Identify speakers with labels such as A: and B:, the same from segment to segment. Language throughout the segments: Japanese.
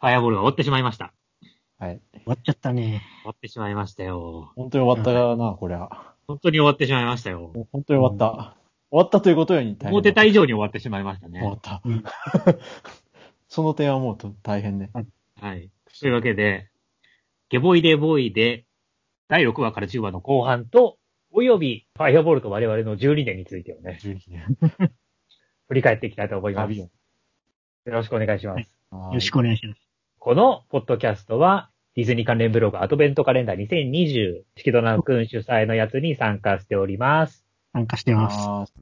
A: ファイアボールが終わってしまいました。
B: はい。
C: 終わっちゃったね。
A: 終わってしまいましたよ。
B: 本当に終わったな、こりゃ。
A: 本当に終わってしまいましたよ。
B: もう本当に終わった。終わったということより大変だ。
A: 思ってた以上に終わってしまいました
B: 終わ
A: ね
B: っ。た
C: うん。
B: その点はもうと大変ね。
A: はい。というわけで、ゲボイデボイデ、第6話から10話の後半と、および、ファイアボールと我々の12年についてをね、
B: 12年。
A: 振り返っていきたいと思います。
B: 旅
A: よ
B: を
A: ろしくお願いします。
B: よ
C: よろしくお願いします。
A: このポッドキャストは、ディズニー関連ブログアドベントカレンダー2020、シキドナくん主催のやつに参加しております。
C: 参加して
B: お
C: ます。
B: ます。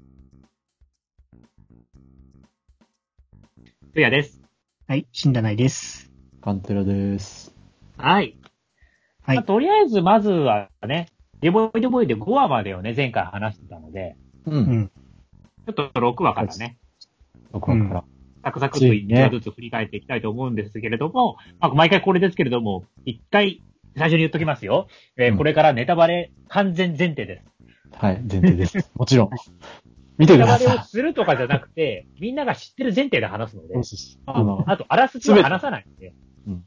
A: ふやです。
C: はい、死んだないです。
B: カンテラです。
A: はい。
C: はい
A: まあとりあえず、まずはね、デボイデボイで5話までをね、前回話してたので、
B: う。
C: うんん。
A: ちょっと6話からね、
B: 僕はから。
A: サクサクと
B: つ
A: 1
B: いね
A: 話ずつ振り返っていきたいと思うんですけれども、まあ、毎回これですけれども、一回、最初に言っときますよ。えー
B: うん
A: これからネタバレ完全前提です。
B: はい、前提です。もちろん。見てく
A: ネタバ
B: だ
A: レ
B: さ
A: を
B: い。
A: するとかじゃなくて、みんなが知ってる前提で話すので
B: そう、そうそうあの、
A: あと、あらすじは話さないんで
B: うん。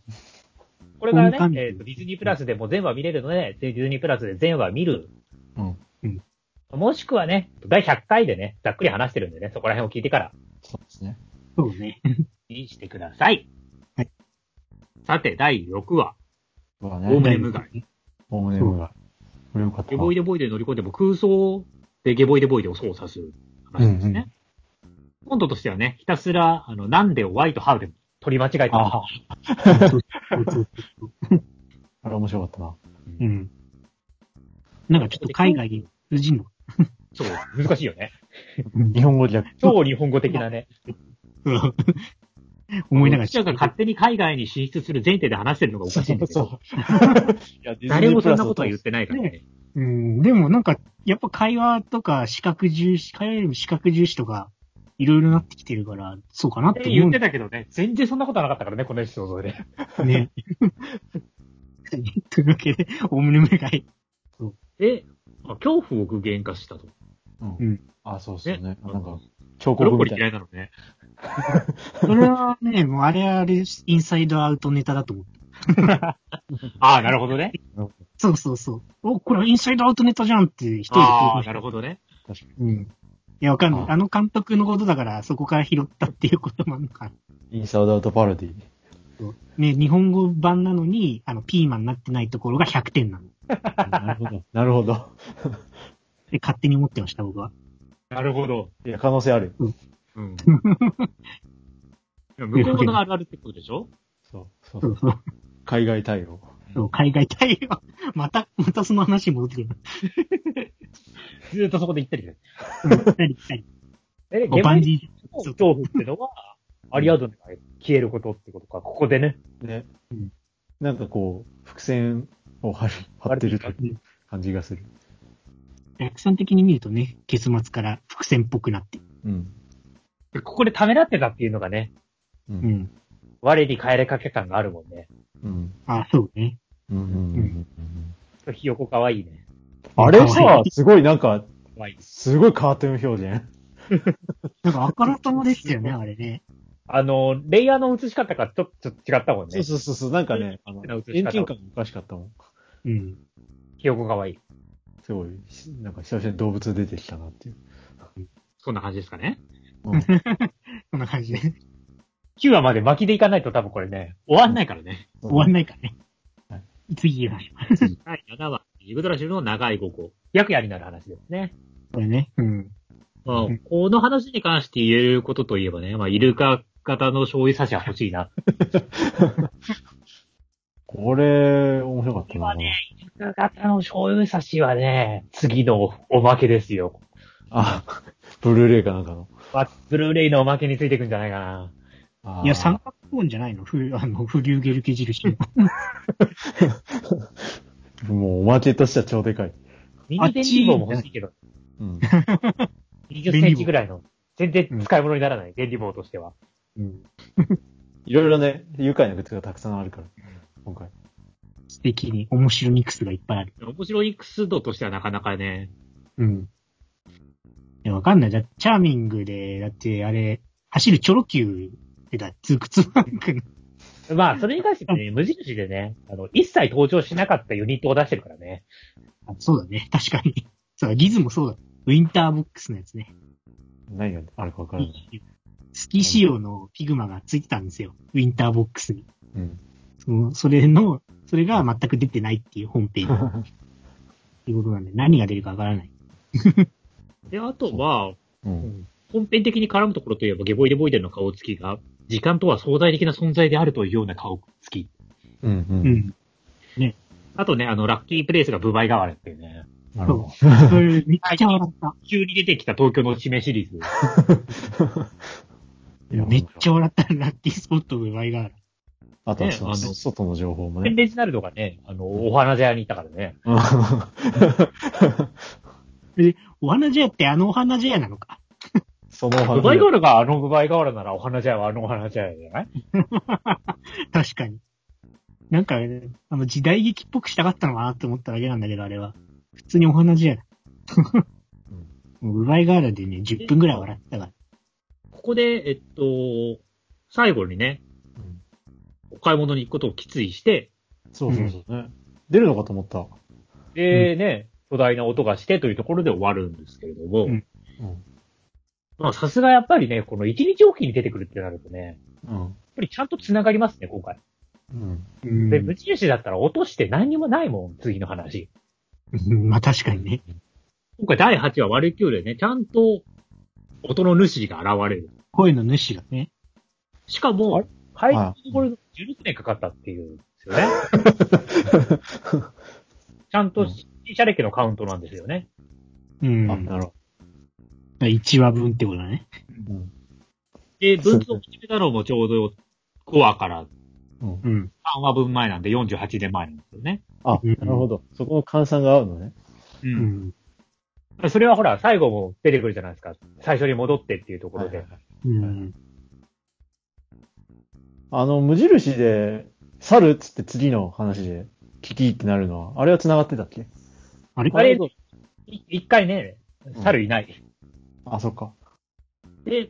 A: これから
C: こういう感
A: ね
C: じ、
A: えーとディズニープラスでも全話見れるので、ディズニープラスで全話見る。
B: うん
C: うん
A: もしくはね、第100回でね、ざっくり話してるんでね、そこら辺を聞いてから、
B: そうですね。
C: そうね。
A: にしてください。
C: はい
A: さて、第6話。
B: 僕は
A: お
B: ね、
A: 前ネームが
B: ホームネームが。これよかった
A: ゲ
B: な。
A: ボイデボイデ乗り込んでも空想でゲボイデボイデを操作する話ですね。今度としてはね、ひたすら、あの、なんでを Y と How で取り間違えて
B: あ
A: ま
B: あ。あれ面白かったな。
C: うん。なんかちょっと海外に通じんの。
A: す。そう、難しいよね。
B: 日本語じゃ、
A: 超日本語的なね。
C: 思いなが
A: う
C: ら。
A: ちらが勝手に海外に進出する前提で話してるのがおかしいんだけど、誰
B: 誰
A: もそんなことは言ってないからね。
C: うん。でもなんか、やっぱ会話とか視覚重視、会話よりも視覚重視とか、いろいろなってきてるから、そうかなって
A: って
C: 思
A: 言
C: う
A: っ
C: ん
A: て
C: だ
A: たけどね、全然そんなことはなかったからね、このエピソードで。
C: よね。 というわけで、オムニムが
A: え、あ恐怖を具現化したと。
B: あ、そうそうね。
A: ね
B: なんか、彫
A: ブロッコ
B: 刻み
A: リ
B: た
A: ー
B: い
A: 嫌
B: な。
A: いなのね。
C: それはね、 もうあれあれ、インサイドアウトネタだと思って。
A: ああ、なるほどね。
C: そうそうそう。お、これインサイドアウトネタじゃんって一人で
A: ああ、なるほどね。
C: うん。いや、わかんない。
B: あ
C: あの監督のことだから、そこから拾ったっていうこともあるのかな。
B: インサイドアウトパロディ。
C: ね、日本語版なのに、あの、ピーマンになってないところが100点なの。
B: なるほど。なるほど。
C: で、勝手に思ってました、僕は。
A: なるほど。
B: いや、可能性ある。
A: うん。向こうのあるあるってことでしょ
B: そう、そう
C: そ
B: そうう。
C: そう。
B: 海外対応。
C: そう海外対応。 また、またその話に戻ってくる。
A: ずーっとそこで言ってるけど。
C: うん何何
A: え、
C: お
A: ゲバ
C: バン
A: イ
C: ジ
A: の恐怖ってのは、アリアドネが消えることってことか、ここでね。
B: ね
C: うん。
B: なんかこう、伏線を張る、張ってる感じがする。
C: ー。逆算的に見るとね、結末から伏線っぽくなってる。
B: うん。
A: でここでためらってたっていうのがね、
B: う。
C: うんん。
A: 我に帰れかけ感があるもんね。
B: うん。
C: あ、そうね。
B: うんうんうんうん
A: ひよこかわいいね。
B: あれさ、すごいなんか、
A: かわいい。
B: すごいカートゥーン表現。
C: なんか、あからさまでしたよね、あれね。
A: あの、レイヤーの映し方がちょっと違ったもん
B: そ
A: ね
B: う。そうそうそう、なんかね、あの
A: 変な映し、方
B: 遠近感がおかしかったもん。
C: うん。
A: ひよこかわいい。
B: すごい、しなんか久々に動物出てきたなっていう。
A: そんな感じですかね。
C: そんな感じで。
A: 9話まで巻きでいかないと多分これね、終わんないからね。
C: 終わん
B: い。
C: ないからね
B: はい。
C: 次は、
A: はい、7話。ジグドラシルの長い午後。白夜になる話ですね。
C: これね。うん。
A: まあ
C: うん
A: この話に関して言えることといえばね、まあ、イルカ型の醤油差しは欲しいな。
B: これ、面白かったな。
A: イルカ型の醤油差しはね、次のおまけですよ。
B: あ、ブルーレイかなんかの。
A: まあブルーレイのおまけについてくんじゃないかな。
B: あー
C: いや、三角コーンじゃないのふ、 あの、フリューゲルケ印の。
B: もうおまけとしては超でかい。
A: ミニ電磁棒も欲しいけど、
B: うん。
A: 20センチぐらいの。全然使い物にならない、電磁棒としては。
C: うん。
B: いろいろね、愉快なグッズがたくさんあるから、今回。
C: 素敵に面白ミックスがいっぱいある。
A: 面白いス度としてはなかなかね、
C: うん。いや、わかんない。だってチャーミングで、だって、あれ、走るチョロ Q でだ、ツークツーバンクの
A: まあ、それに関して ね、無印でね、あの、一切登場しなかったユニットを出してるからね。
C: あそうだね。確かに。そう、ギズもそうだ。ウィンターボックスのやつね。
B: 何があるかわからない。
C: スキー仕様のフィグマがついてたんですよ。ウィンターボックスに。
B: うん。
C: その、それの、それが全く出てないっていう本 編ということなんで、何が出るかわからない。
A: で、あとは、
B: うん。
A: 本編的に絡むところといえば、ゲボイデボイデの顔つきが、時間とは相対的な存在であるというような顔つき。
B: うん。う。
C: うんん。
A: あとね、あの、ラッキープレイスがブバイガワレっていうね、
B: なるほ
C: それめっちゃ笑った。
A: 急に出てきた東京の地名シリーズ。
B: ど。いや
C: めっちゃ笑った。ラッキースポットの場合がある。
B: あとはそ
A: ね
B: の、
A: あの
B: 外の情報もね。
A: レジナルドがね、あの、お花茶屋に行ったからね。
B: うん
C: お花茶屋ってあのお花茶屋なのか。
B: その
A: ブバイガワラがあのブバイガワラなら、お花茶屋はあのお花茶屋じゃない
C: 確かに。なんか、あの時代劇っぽくしたかったのかなって思っただけなんだけど、あれは。普通にお 花茶屋だ。もう奪いガーラでね、10分ぐらい笑ったから。
A: ここで、えっと、最後にね、
B: うん
A: お買い物に行くことを決意して、
B: そうそうそうね。出るのかと思った。
A: で、ね、巨大な音がしてというところで終わるんですけれども、
C: うん
B: う
A: まあさすがやっぱりね、この一日おきに出てくるってなるとね、やっ
B: ん。
A: ぱりちゃんと繋がりますね、今回。
B: うん。
C: うん
A: で、無印だったら落として何にもないもん、次の話。
C: うんまあ確か にね。
A: 今回第8話割り切るでね、ちゃんと音の主が現れる。
C: 声の主がね。
A: しかも、配
B: あ
A: 信これ16年かかったっていうんですよね。ちゃんと新車歴のカウントなんですよね。
C: う。
B: うんん。あ、なるほ
C: 1話分ってことだね。
B: ど。うん
A: で、文通を始めたのもちょうど5話から
B: うん。
C: うん。
A: 3話分前なんで48年前なんですよね。
B: あ、なるほど。そこの換算が合うのね。
A: う
C: う。ん。
A: それはほら、最後も出てくるじゃないですか。最初に戻ってっていうところで。
B: はいはいはい
C: うん。
B: あの、無印で、猿っつって次の話で、キキってなるのは、あれは繋がってたっけ
C: あれ
A: あれ、い一回ね、猿いない。
B: あ、そっか。
A: で、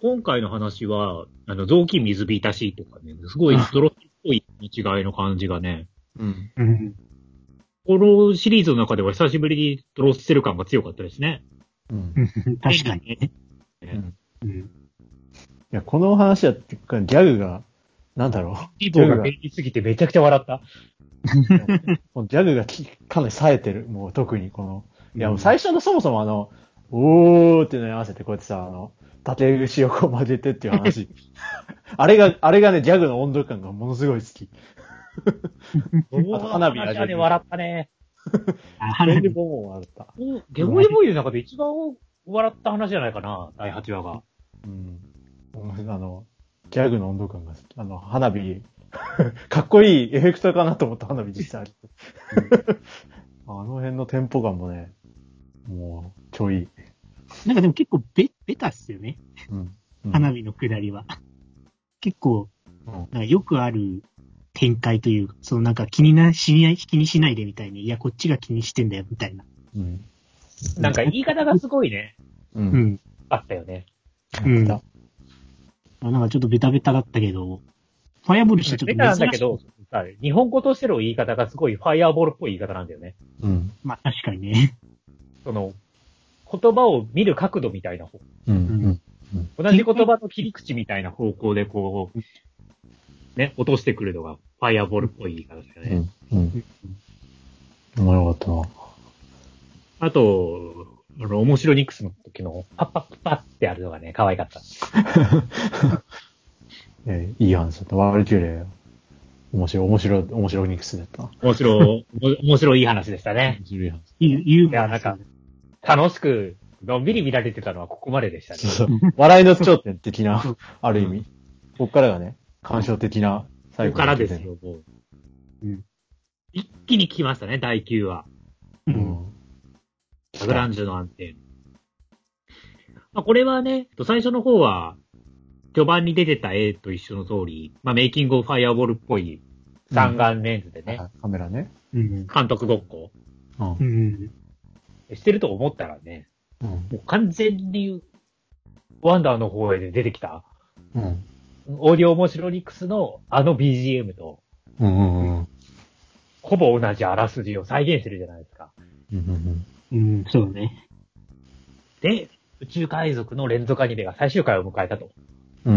A: 今回の話は、あの、雑巾水浸しとかね、すごいドロッっぽい違いの感じがね、
B: うん。
C: うん。
A: このシリーズの中では久しぶりにドロッしてる感が強かったですね。
B: うん。い
C: うん確かにね。
A: ね。
C: うん。
B: や、この話は、っていうか、ギャグが、なんだろ
A: リボンが便利すぎてめちゃくちゃ笑った。
B: う。 もうギャグがきかなり冴えてる。もう特にこの。いや、もう最初のそもそもあの、おーっていうのに合わせて、こうやってさ、あの、縦串をこう混ぜてっていう話。 あれが、あれがね、ギャグの温度感がものすごい好き。花火
A: あ
B: 味
A: れ笑ったね。
C: あ
B: あれ
C: 花
B: で
C: 火
B: ももう笑った。
A: おゲボイボイの中で一番笑った話じゃないかな、第8話が。
B: うん。あの、ギャグの温度感が好き。あの、花火、 かっこいいエフェクトかなと思った花火実際ある。 あの辺のテンポ感もね、もう、ちょい。
C: なんかでも結構ベ、ベタっすよね。
B: うん。
C: 花
B: 火。
C: 火の下りは。 結構、
B: うん
C: なんかよくある展開というか、そのなんか気にな、しない、気にしないでみたいに、いや、こっちが気にしてんだよ、みたいな。
B: うん。
A: なんか言い方がすごいね、
B: う。
C: うんん。
A: あったよね。
C: うんあなんかちょっとベタベタだったけど、ファイアボールしてちょっと
A: ベタなんだ
C: 珍
A: け
C: しい。
A: ど、日本語としての言い方がすごいファイアーボールっぽい言い方なんだよね。
B: うん。
C: まあ確かにね。
A: その、言葉を見る角度みたいな方、
B: うん。
C: ん
A: 同じ言葉の切り口みたいな方向でこう、ね、落としてくるのがファイアーボールっぽい言い方ですよね。
B: ん。うん。おもろかったな。
A: あと、あの、面白ニックスの時の、パッパッパッパッってあるのがね、可愛かった。
B: えいい話だった。ワールキューレ、面白い、面白い、面白いニックスだった。
A: 面白、おも面白いい話でしたね。
B: 白い話。
C: ユユ
A: い
C: ーモ
A: や、
C: ア
A: なん
C: な
A: か、楽しく、のんびり見られてたのはここまででしたね
B: そう。そう。笑いの頂点的な
C: そう、
B: ある意味。ここからがね、感傷的な
A: こ
B: 最
A: こ
B: 後
A: から
B: の頂
A: で
B: 点
A: す。よ、もう。
C: うん
A: 一気に来ましたね、第9話。
B: う
C: う。
B: んん。
A: ラグランジュの安定。まあ、これはね、最初の方は、序盤に出てた絵と一緒の通り、まあ、メイキングオブファイアボールっぽい三眼レンズでね、
B: あカメラね。
C: うん。
A: 監督ごっこ
B: うん
C: う。ん。
A: してると思ったらね、
B: うん。
A: もう完全に、ワンダーの方へで出てきた。
B: うん。
A: オーディオ面白リックスのあの BGM と、
B: うんうんうん。
A: ほぼ同じあらすじを再現してるじゃないですか。
B: うんうん
C: うん、そうね。
A: で、宇宙海賊の連続アニメが最終回を迎えたと。
B: うん。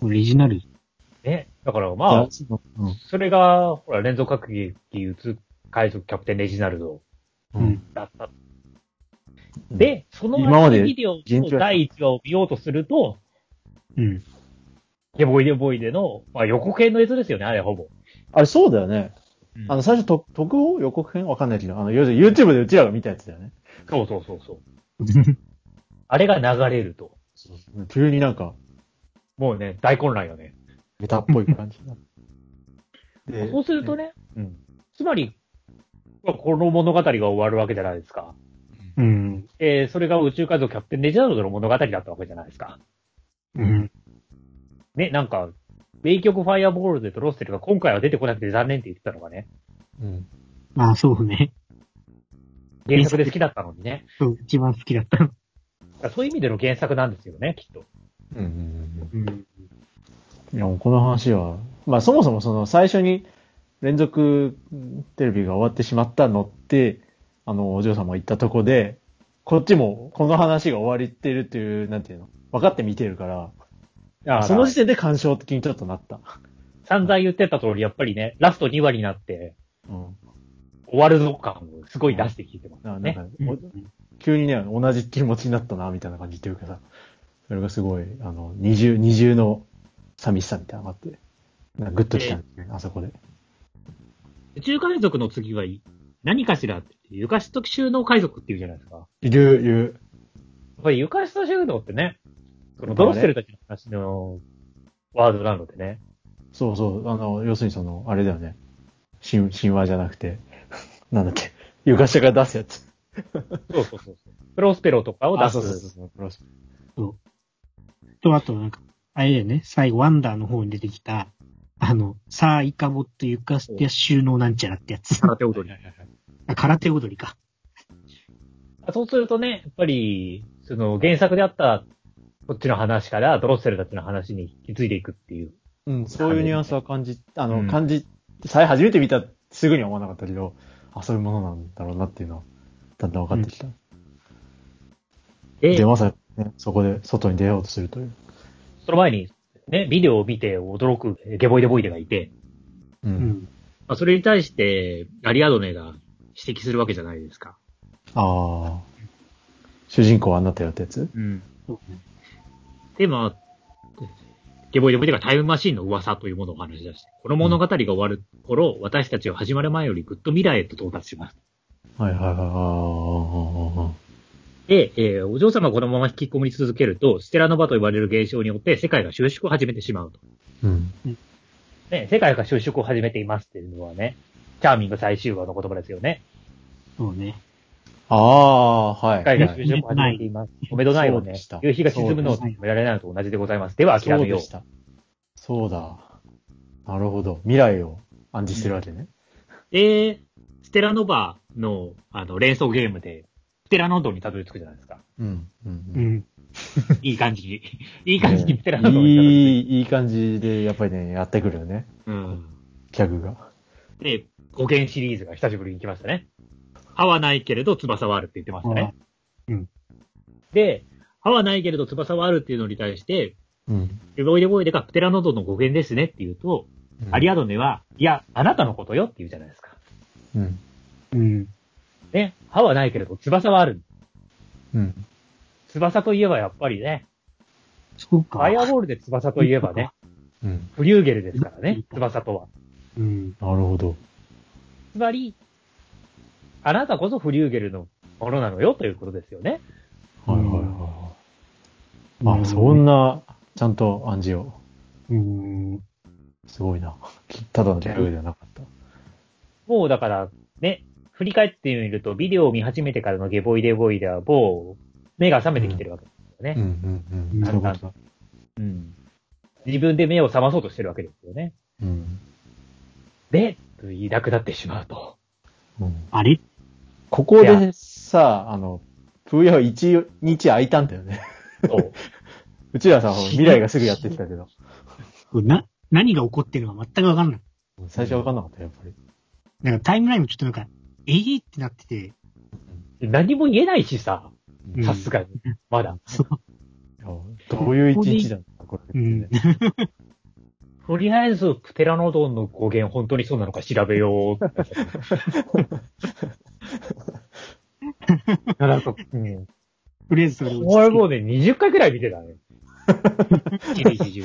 B: うん。
C: オリジナル。
A: ね。だからまあ、
B: うん。
A: それが、ほら、連続格撃宇宙海賊キャプテンレジナルド
B: う
C: うんん。
A: だった。
B: うん
A: で、その
B: 今まで
A: ビデオの第1話を見ようとすると、
C: うん。
A: デボイデボイデの、まあ、予告編のやつですよね、あれほぼ。
B: あれそうだよね。
A: うん
B: あの、最初、と特報予告編わかんないけど、あの、要するに YouTube でうちらが見たやつだよね。
A: そうそうそう そう。あれが流れると。
B: 急になんか、
A: もうね、大混乱よね。
B: メタっぽい感じになるで
A: そうするとね、
B: うん。
A: つまり、まあこの物語が終わるわけじゃないですか。
C: うん。
A: えー、それが宇宙海賊キャプテンレジナルドの物語だったわけじゃないですか。
C: うん。
A: ね、なんか、名曲ファイアボールでドロッセルが今回は出てこなくて残念って言ってたのがね、
B: うん。
C: まあ、そうね。
A: 原作で好きだったのにね。
C: そう、一番好きだったの。
A: だからそういう意味での原作なんですよね、きっと。
B: うんうんうん
C: うん。
B: うん。いや、もうこの話は、まあそもそもその最初に連続テレビが終わってしまったのって、あの、お嬢様が言ったとこで、こっちもこの話が終わりってるっていう、なんていうの、分かって見てるから、その時点で干渉的にちょっとなった。
A: 散々言ってた通り、やっぱりね、ラスト2話になって、
B: うん。
A: 終わるぞ感をすごい出して聞いてます
B: ななん
A: ね。
B: か、お急にね、同じ気持ちになったな、みたいな感じというかさ、それがすごい、あの、二重、二重の寂しさみたいなのがあって、なんかグッときたんですね、あそこで。
A: 宇宙海賊の次はい何かしらって、ゆかしと収納海賊っていうじゃないですか。
B: いる、いる。
A: やっぱりゆかしと収納ってね、このドロッセルたちの話のワードなのでね。
B: そうそう、あの、要するにその、あれだよね。神神話じゃなくて、 なんだっけ、床下から出すやつ。
A: そうそうそうそう。プロスペロとかを出
B: あ
A: す。
B: そうそうそうそう。
C: と、あと、なんか、あれだよね。最後、ワンダーの方に出てきた、あの、さあ、イカボット床下収納なんちゃらってやつ。
A: 空手踊り。
C: あ空手踊りか。
A: そうするとね、やっぱり、その原作であったこっちの話からドロッセルたちの話に引き継いでいくっていう。
B: うん、そういうニュアンスは感じ、あの、
A: うん
B: 感じ、さえ初めて見た、すぐには思わなかったけど、あ、そういうものなんだろうなっていうのは、だんだん分かってきた。
A: で
B: で、、まさに、ね、そこで外に出ようとするという。
A: その前に、ね、ビデオを見て驚くゲボイデボイデがいて、
B: う。
C: うんん。
A: まあ、それに対して、アリアドネが指摘するわけじゃないですか。
B: ああ。主人公はあなたよってやつ
A: うん。
C: そうね
A: で、まあ、ゲボイデボイデがタイムマシンの噂というものを話し出して、この物語が終わる頃、私たちは始まる前よりぐっと未来へと到達します。
B: はいはいはいはいは
A: で、えーお嬢様がこのまま引き込み続けると、ステラノバと呼ばれる現象によって世界が収縮を始めてしまうと。
B: い。うん。
A: ね、世界が収縮を始めていますっていうのはね、チャーミング最終話の言葉ですよね。
C: そうね。
B: ああ、はい。
A: 世界が収縮を始めています。おめどないを
B: そう
A: ね
B: でした、
A: 夕日が沈むのを
C: そうで
A: 止
C: す
A: められないのと同じでございます。では諦
B: そ
A: め
B: う
A: よ
B: で
A: う。
B: した。そうだ。なるほど。未来を暗示してるわけね。
A: で、ステラノバの、あの、連想ゲームで、ステラノドンにたどり着くじゃないです か。
B: うん。う。
C: うんん。
A: いい感じに。い
B: い
A: い感じにステラノドンにたどり
B: いい、いい感じで、やっぱりね、やってくるよね。
A: 着く。うん。
B: ギャグが。
A: で、語源シリーズが久しぶりに来ましたね。歯はないけれど翼はあるって言ってましたね。
C: うん。
A: で、歯はないけれど翼はあるっていうのに対して、
B: うん。
A: エボイデボイデがプテラノドンの語源ですねって言うと、アリアドネは、いや、あなたのことよって言うじゃないですか。
B: うん。
C: うん。
A: ね。歯はないけれど、翼はある。
B: うん。
A: 翼といえばやっぱりね、
C: そう
A: フ
C: か。
A: ァイアボールで翼といえば ね、
B: うん。
A: フリューゲルですからね、翼とは。
C: うん。
B: なるほど。
A: つまり、あなたこそフリューゲルのものなのよということですよね。
B: はいはいはいはい。まあ、そんな、ちゃんと暗示を。
C: うん。
B: すごいな。ただのギャグではなかった。
A: もうだから、ね、振り返ってみると、ビデオを見始めてからのゲボイデボイでは、もう、目が覚めてきてるわけですよね。
B: ん
C: うん
B: そういうことだ。
A: うん自分で目を覚まそうとしてるわけですよね。
B: うん。
A: で、と言いなくなってしまう と。
B: うん
C: あれ
B: ここでさ、あの、プーヤは1日空いたんだよね。
A: そう。
B: うちらさ、未来がすぐやってきたけど、
C: な、何が起こってるのか全くわかんない。
B: 最初わかんなかった、やっぱり。
C: なんかタイムラインもちょっとなんか、えいってなってて、
A: 何も言えないしさ、
C: うん
A: さすがに。まだ。
B: どういう一日だったこれ、
C: うん。
A: とりあえず、プテラノドンの語源本当にそうなのか調べよう って。なんか、うん。
C: とりあえずそれを
A: 俺もうね、20回くらい見てたね。一日 中。い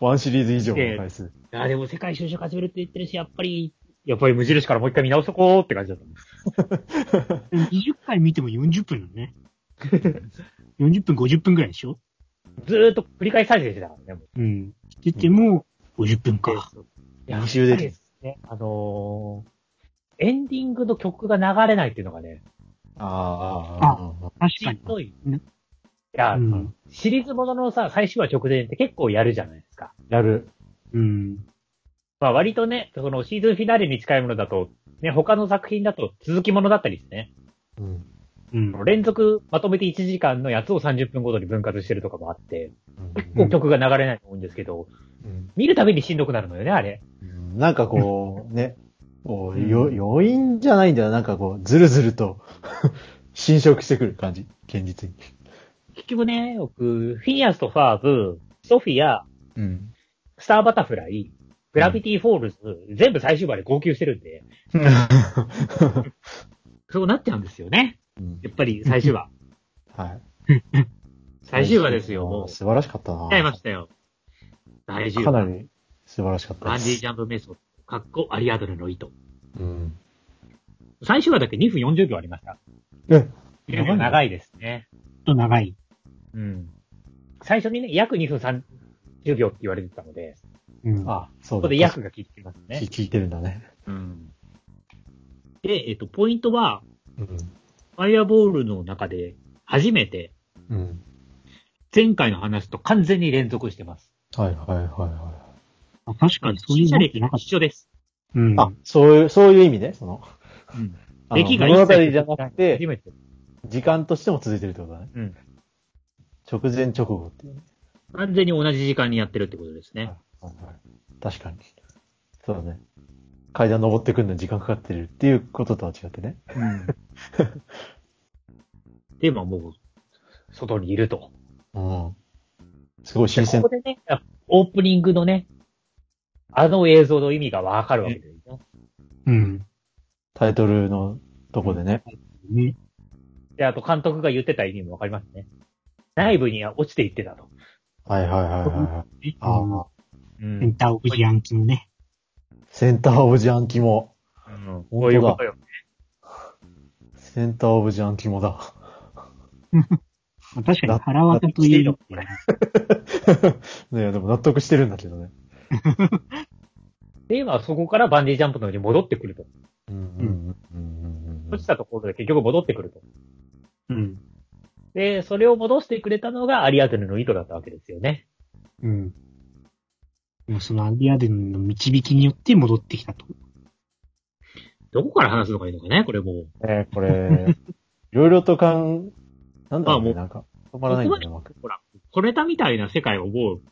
B: ワンシリーズ以上の回数。
A: や、でも世界就職始めるって言ってるし、やっぱり、やっぱり無印からもう一回見直しとこうって感じだった。
C: 20回見ても40分なのね。40分、50分ぐらいでしょ
A: ずーっと繰り返し再生してたからね。もう
C: うん。してても、50分か。
A: いや
B: 二周できる
A: やっぱりすね。あのー、エンディングの曲が流れないっていうのがね、
B: ああ、
C: 確
A: し
C: かに
A: ん。どい。い
C: ね
A: や、
C: うん
A: シリーズもののさ、最終話直前って結構やるじゃないですか。
B: やる。
C: うん。
A: まあ割とね、そのシーズンフィナーレに近いものだと、ね、他の作品だと続きものだったりですね。
B: うん。
C: うん。
A: 連続まとめて1時間のやつを30分ごとに分割してるとかもあって、結構曲が流れないと思うんですけど、
B: うん
A: 見るたびにしんどくなるのよね、あれ。
B: なんかこう、 ね、こう、よ、余韻じゃないんだよ。なんかこう、ずるずると、侵食してくる感じ。現実に。
A: 結局ね、僕、フィニアスとファーズ、ソフィア、
B: うん。
A: スターバタフライ、グラビティフォールズ、全部最終話で号泣してるんで、 そうなっちゃうんですよね。やっぱり最終 話。
B: はい。
A: 最終話ですよ、もう。
B: 素晴らしかったな。
A: ちゃいましたよ。大事
B: かなり素晴らしかった
A: バ
B: で
A: ンデ
B: す。
A: ィジャンプメソッド、かっこアリアドネの糸。
B: うん。
A: 最終話だけ2分40秒ありました。
B: え、
A: 長い長いですね。
C: ちょっと長い。
A: うん。最初にね、約2分30秒って言われてたので、
C: うん。
B: あ、そう
A: ここ
B: だ。
A: で約が効いてきます
B: き
A: ね。
B: 聞いてるんだね。
A: うん。で、えっと、ポイントは、
B: うん。
A: ファイアボールの中で初めて、
B: うん。
A: 前回の話と完全に連続してます。
B: はいはいはいは
C: あ確かにそういうのってなかっ
A: 一緒です。
C: た。うん
B: い。あ、そういう、そういう意味ね。その、
A: うん。
B: あの
A: 出来が
B: 物
A: 一
B: 語
A: 切
B: じゃなく
A: 初
B: て、
A: めて。
B: 時間としても続いてるってことだね。
A: うん。
B: 直前直後っていうね。
A: 完全に同じ時間にやってるってことですね。
B: はいはい確かに。そうだね。階段登ってくるのに時間かかってるっていうこととは違ってね。
A: で、まあもう、外にいると。
B: うん。すごい新
A: で
B: 鮮
A: ここ。でね、オープニングのね、あの映像の意味がわかるわけですよ。
C: うん。
B: タイトルのとこでね。
C: ね。
A: で、あと監督が言ってた意味もわかりますね。内部には落ちていってたと。
B: はいはいはいはいはい。ああ。
A: う
C: セン
A: ん。
C: ターオブジアンキのね。
B: センターオブジャンキモ。
A: こういうことよ。
B: センターオブジャンキモだ。
C: まあ確かに腹渡というの
A: だっ
B: ねえ、でも納得してるんだけどね。
A: で、まあそこからバンジージャンプのように戻ってくると。
B: うんうんうん
A: 落ちたところで結局戻ってくると。
C: うん。
A: で、それを戻してくれたのがアリアテネの糸だったわけですよね。
C: うん。もうそのアリアデンの導きによって戻ってきたと。
A: どこから話すのがいいのかね、これもう。
B: ねえ、これ、いろいろとかん、なんだろうね、
A: あもう
B: なんか、止まらないんだよね、うまく。
A: ほら、小ネタみたいな世界をもう、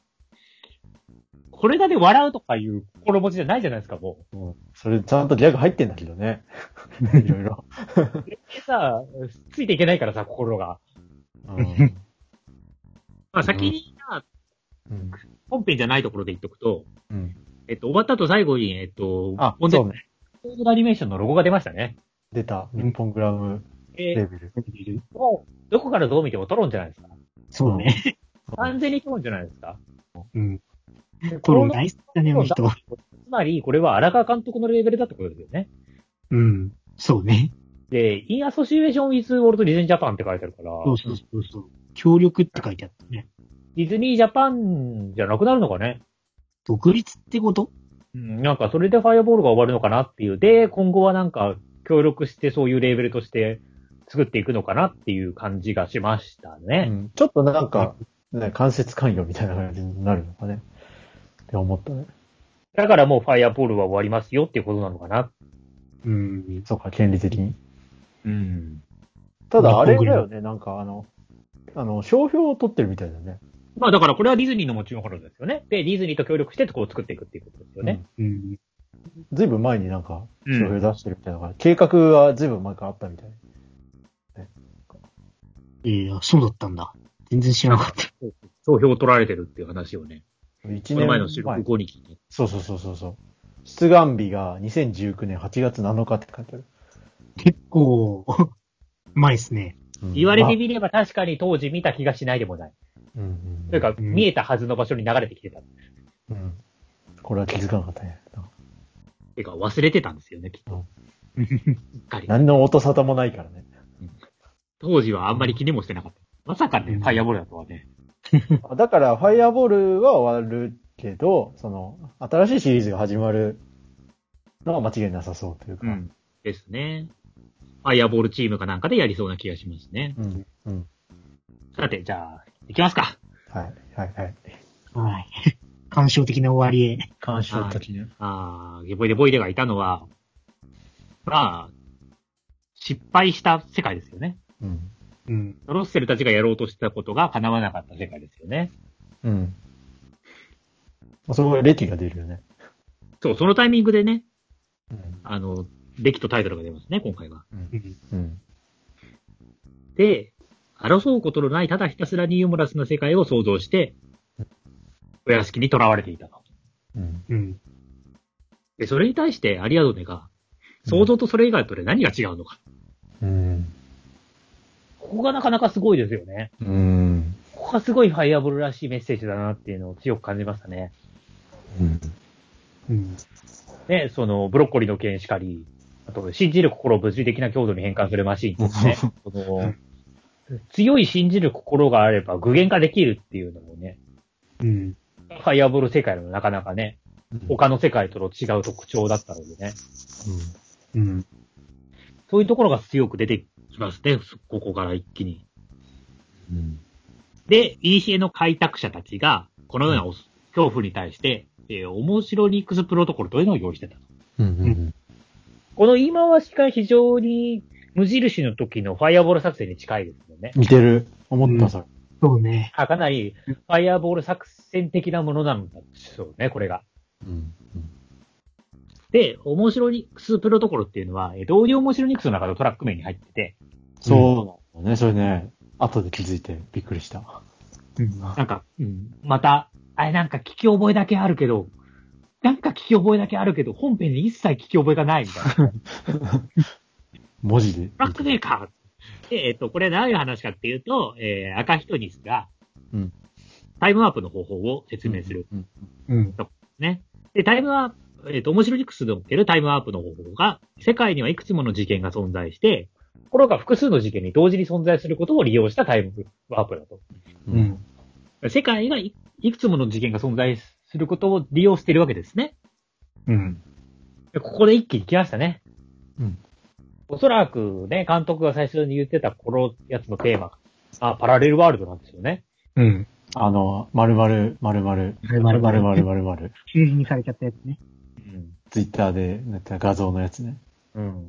A: 小ネタで笑うとかいう心持ちじゃないじゃないですか、もう。
B: うんそれ、ちゃんとギャグ入ってんだけどね。いろいろ。
A: でさ、ついていけないからさ、心が。
B: うん
A: まあ先に、じゃあ
B: うん
A: 本編じゃないところで言っとくと、
B: うん
A: えっと、終わった後最後に、えっと、
B: あ、
A: 本当
B: そう
A: に
B: ね。
A: コードアニメーションのロゴが出ましたね。
B: 出た、日本グラムレ
A: え
B: ベル。
A: ー、もう、どこからどう見てもトロンじゃないですか。
C: そうね。
A: 完全にトロンじゃないですか。
C: うん。トロン大好きだね、あの人。
A: つまり、これは荒川監督のレベルだってことですよね。
C: うん。そうね。
A: で、in association with World Disney Japan って書いてあるから、
C: そうそうそうそう。協力って書いてあったね。
A: ディズニージャパンじゃなくなるのかね。
C: 独立ってこと
A: うん、なんかそれでファイアボールが終わるのかなっていう。で、今後はなんか協力してそういうレーベルとして作っていくのかなっていう感じがしました
B: う
A: ね。
B: んちょっとなんか、ね、間接関与みたいな感じになるのかね。って思ったね。
A: だからもうファイアボールは終わりますよっていうことなのかな。
C: うん。
B: そうか、権利的に。
A: うん。
B: ただ、あれだよね、なんかあの、あの、商標を取ってるみたいだね。
A: まあだからこれはディズニーの持ち物ですよね。で、ディズニーと協力してこう作っていくっていうことですよね。
C: うん。
B: ずいぶん前になんか、
A: う
B: 商標
A: ん。
B: 出してるみたいだから、計画はずいぶん前からあったみたい。
C: いや、そうだったんだ。全然知らなかった。
A: 商標を取られてるっていう話をね、
B: 一
A: こ
B: 年
A: の前の収録後に聞いて。
B: そうそうそうそうそう。出願日が2019年8月7日って書いてある。
C: 結構、うまいっすね。
A: 言われてみれば確かに当時見た気がしないでもない。
B: うんうん、
A: というか、
C: うん
A: 見えたはずの場所に流れてきてた。
B: うん。これは気づかなかったね。
A: てか、忘れてたんですよね、きっと。うっかり。
B: 何の音沙汰もな いからね。
A: 当時はあんまり気にもしてなかった。まさかね、
C: うん
A: ファイアボールだとはね。
B: あだから、ファイアボールは終わるけど、その、新しいシリーズが始まるのは間違いなさそうというか。。
A: ですね。ファイアボールチームかなんかでやりそうな気がしますね。
B: うん。うん。
A: さて、じゃあ、行きますか。
B: はい。はい。はい。
C: はい。感傷的な終わりへ。
B: 監
A: 視の時
B: ね。
A: あーゲボイデボイデがいたのは、まあ、失敗した世界ですよね。
B: うん。
C: うん。
A: ドロッセルたちがやろうとしてたことが叶わなかった世界ですよね。
B: うん。まあ、そこはレキが出るよね。
A: そう、そのタイミングでね、
B: うん。
A: あの、デキとタイトルが出ますね、今回は。
C: うん。
B: うん。
A: で、争うことのない、ただひたすらにユーモラスな世界を想像して、お屋敷に囚われていたと。
B: うん。
C: うん。
A: で、それに対してアリアドネが、想像とそれ以外とで何が違うのか。
B: うん。
A: ここがなかなかすごいですよね。
B: うん。
A: ここがすごいファイアボールらしいメッセージだなっていうのを強く感じましたね。
B: うん。
C: うん。
A: ね、その、ブロッコリーの剣しかり、あと、信じる心を物理的な強度に変換するマシーンです ね。その強い信じる心があれば具現化できるっていうのもね、
C: うん。
A: ファイアボール世界のなかなかね、他の世界との違う特徴だったのでね、
C: うん。
A: そういうところが強く出てきますね、ここから一気に。
B: うん。
A: で、いいしえの開拓者たちが、このようなお恐怖に対して、えー、面白リックスプロトコルというのを用意してた。
B: うん。
A: この言い回しが非常に無印の時のファイアボール作戦に近いですよね。
B: 似てる。思った、それ。
C: そうね。
A: あかなり、ファイアボール作戦的なものなんだそうね、これが。
B: うん。
A: で、面白ニックスプロトコルっていうのは、えー同僚面白ニックスの中のトラック名に入ってて、
B: そうなんだね、それね。後で気づいてびっくりした。
C: うん。
A: なんか、うん、また、あれなんか聞き覚えだけあるけど、なんか聞き覚えだけあるけど、本編で一切聞き覚えがないみたいな。ト
B: 文字で。
A: ラックメーカーで、えっと、これ何いう話かっていうと、えー、赤ヒトニスが、
B: うん
A: タイムワープの方法を説明する。
B: うん。
C: うん。
A: ね。で、タイムワープ、えっ、と、面白いクスでおけるタイムワープの方法が、世界にはいくつもの事件が存在して、これが複数の事件に同時に存在することを利用したタイムワープだと。
B: う
C: うんん。
A: 世界がいいくつもの事件が存在することを利用しているわけですね。
C: うん。
A: でここで一気に来ましたね。
B: うん。
A: おそらくね、監督が最初に言ってたこのやつのテーマ、あ、パラレルワールドなんですよね。
C: うん。
B: あの、まるまる、まるまる、
C: 丸
B: まるまる
C: 々
B: まるまるまる。
C: 急にされちゃったやつね。
A: うん。
B: ツイッターでなった画像のやつね。
A: うん。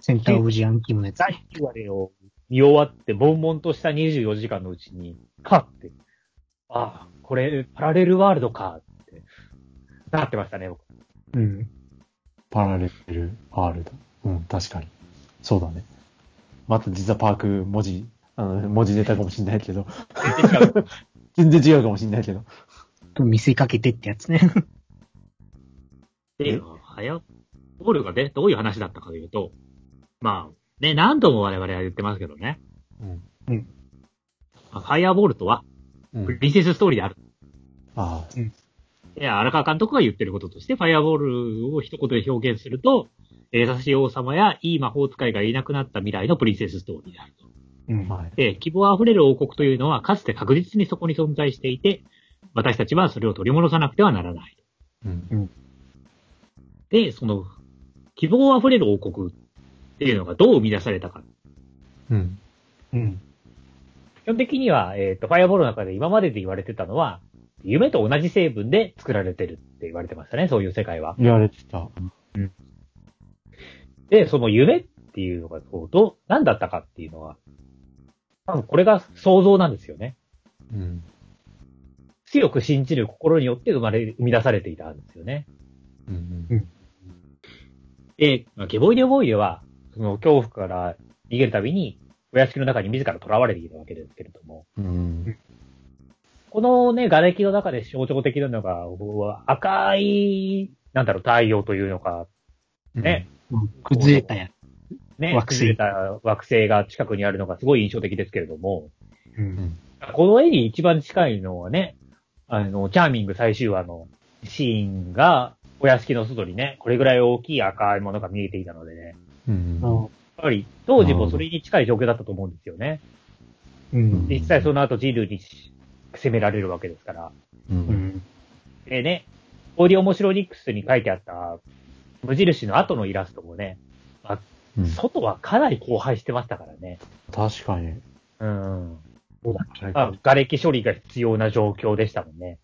C: センターオブジアンキムのやつ。
A: 第9話を見終わって、悶々とした24時間のうちに、かって。ああ、これ、パラレルワールドか、って、なってました ね、僕。
C: うん。
B: パラレルワールド。うん、確かに。そうだね。また実はパーク文字、あの、文字ネタかもしんないけど、
A: 全然違う
B: 全然違うかもしんないけど。
C: と見せかけてってやつね。
A: で、はや、ボールがね、どういう話だったかというと、まあ、ね、何度も我々は言ってますけどね。
B: うん。
A: まあファイアボールとは、
B: う
A: プ
B: ん。
A: リンセスストーリーである。
B: ああ、
A: で、荒川監督が言ってることとして、ファイアボールを一言で表現すると、優しい王様やいい魔法使いがいなくなった未来のプリンセスストーリーであると。
C: うん。
B: はい。
A: えー希望あふれる王国というのは、かつて確実にそこに存在していて、私たちはそれを取り戻さなくてはならない。
B: うん。
A: で、その、希望あふれる王国っていうのがどう生み出されたか。
B: うん。
C: うん。
A: 基本的には、えっ、と、ファイアボールの中で今までで言われてたのは、夢と同じ成分で作られてるって言われてましたね、そういう世界は。
B: 言われてた。
A: で、その夢っていうのが、こう、どう、何だったかっていうのは、多分これが想像なんですよね。
B: うん。
A: 強く信じる心によって生まれ、生み出されていたんですよね。
B: うん。
A: で、まあゲボイデボイデは、その恐怖から逃げるたびに、お屋敷の中に自ら囚われているわけですけれども、
B: うん。
A: このね、瓦礫の中で象徴的なのが、僕は赤い、なんだろう、太陽というのか、ね、
C: うん崩れたや。
A: ね、
C: 惑星
A: 崩れた惑星が近くにあるのがすごい印象的ですけれども、
C: うん。
A: この絵に一番近いのはね、あの、チャーミング最終話のシーンが、お屋敷の外にね、これぐらい大きい赤いものが見えていたのでね、
B: うん。
C: あの
A: やっぱり当時もそれに近い状況だったと思うんですよね。
C: うん。
A: 実際その後人類に攻められるわけですから。
B: う。
C: うんん。
A: でね、オーディオモシロニックスに書いてあった無印の後のイラストもね、
B: うん
A: 外はかなり荒廃してましたからね。
B: 確かに。
A: うん。
B: そうだっ
A: まあ
B: け。
A: 瓦礫処理が必要な状況でしたもんね。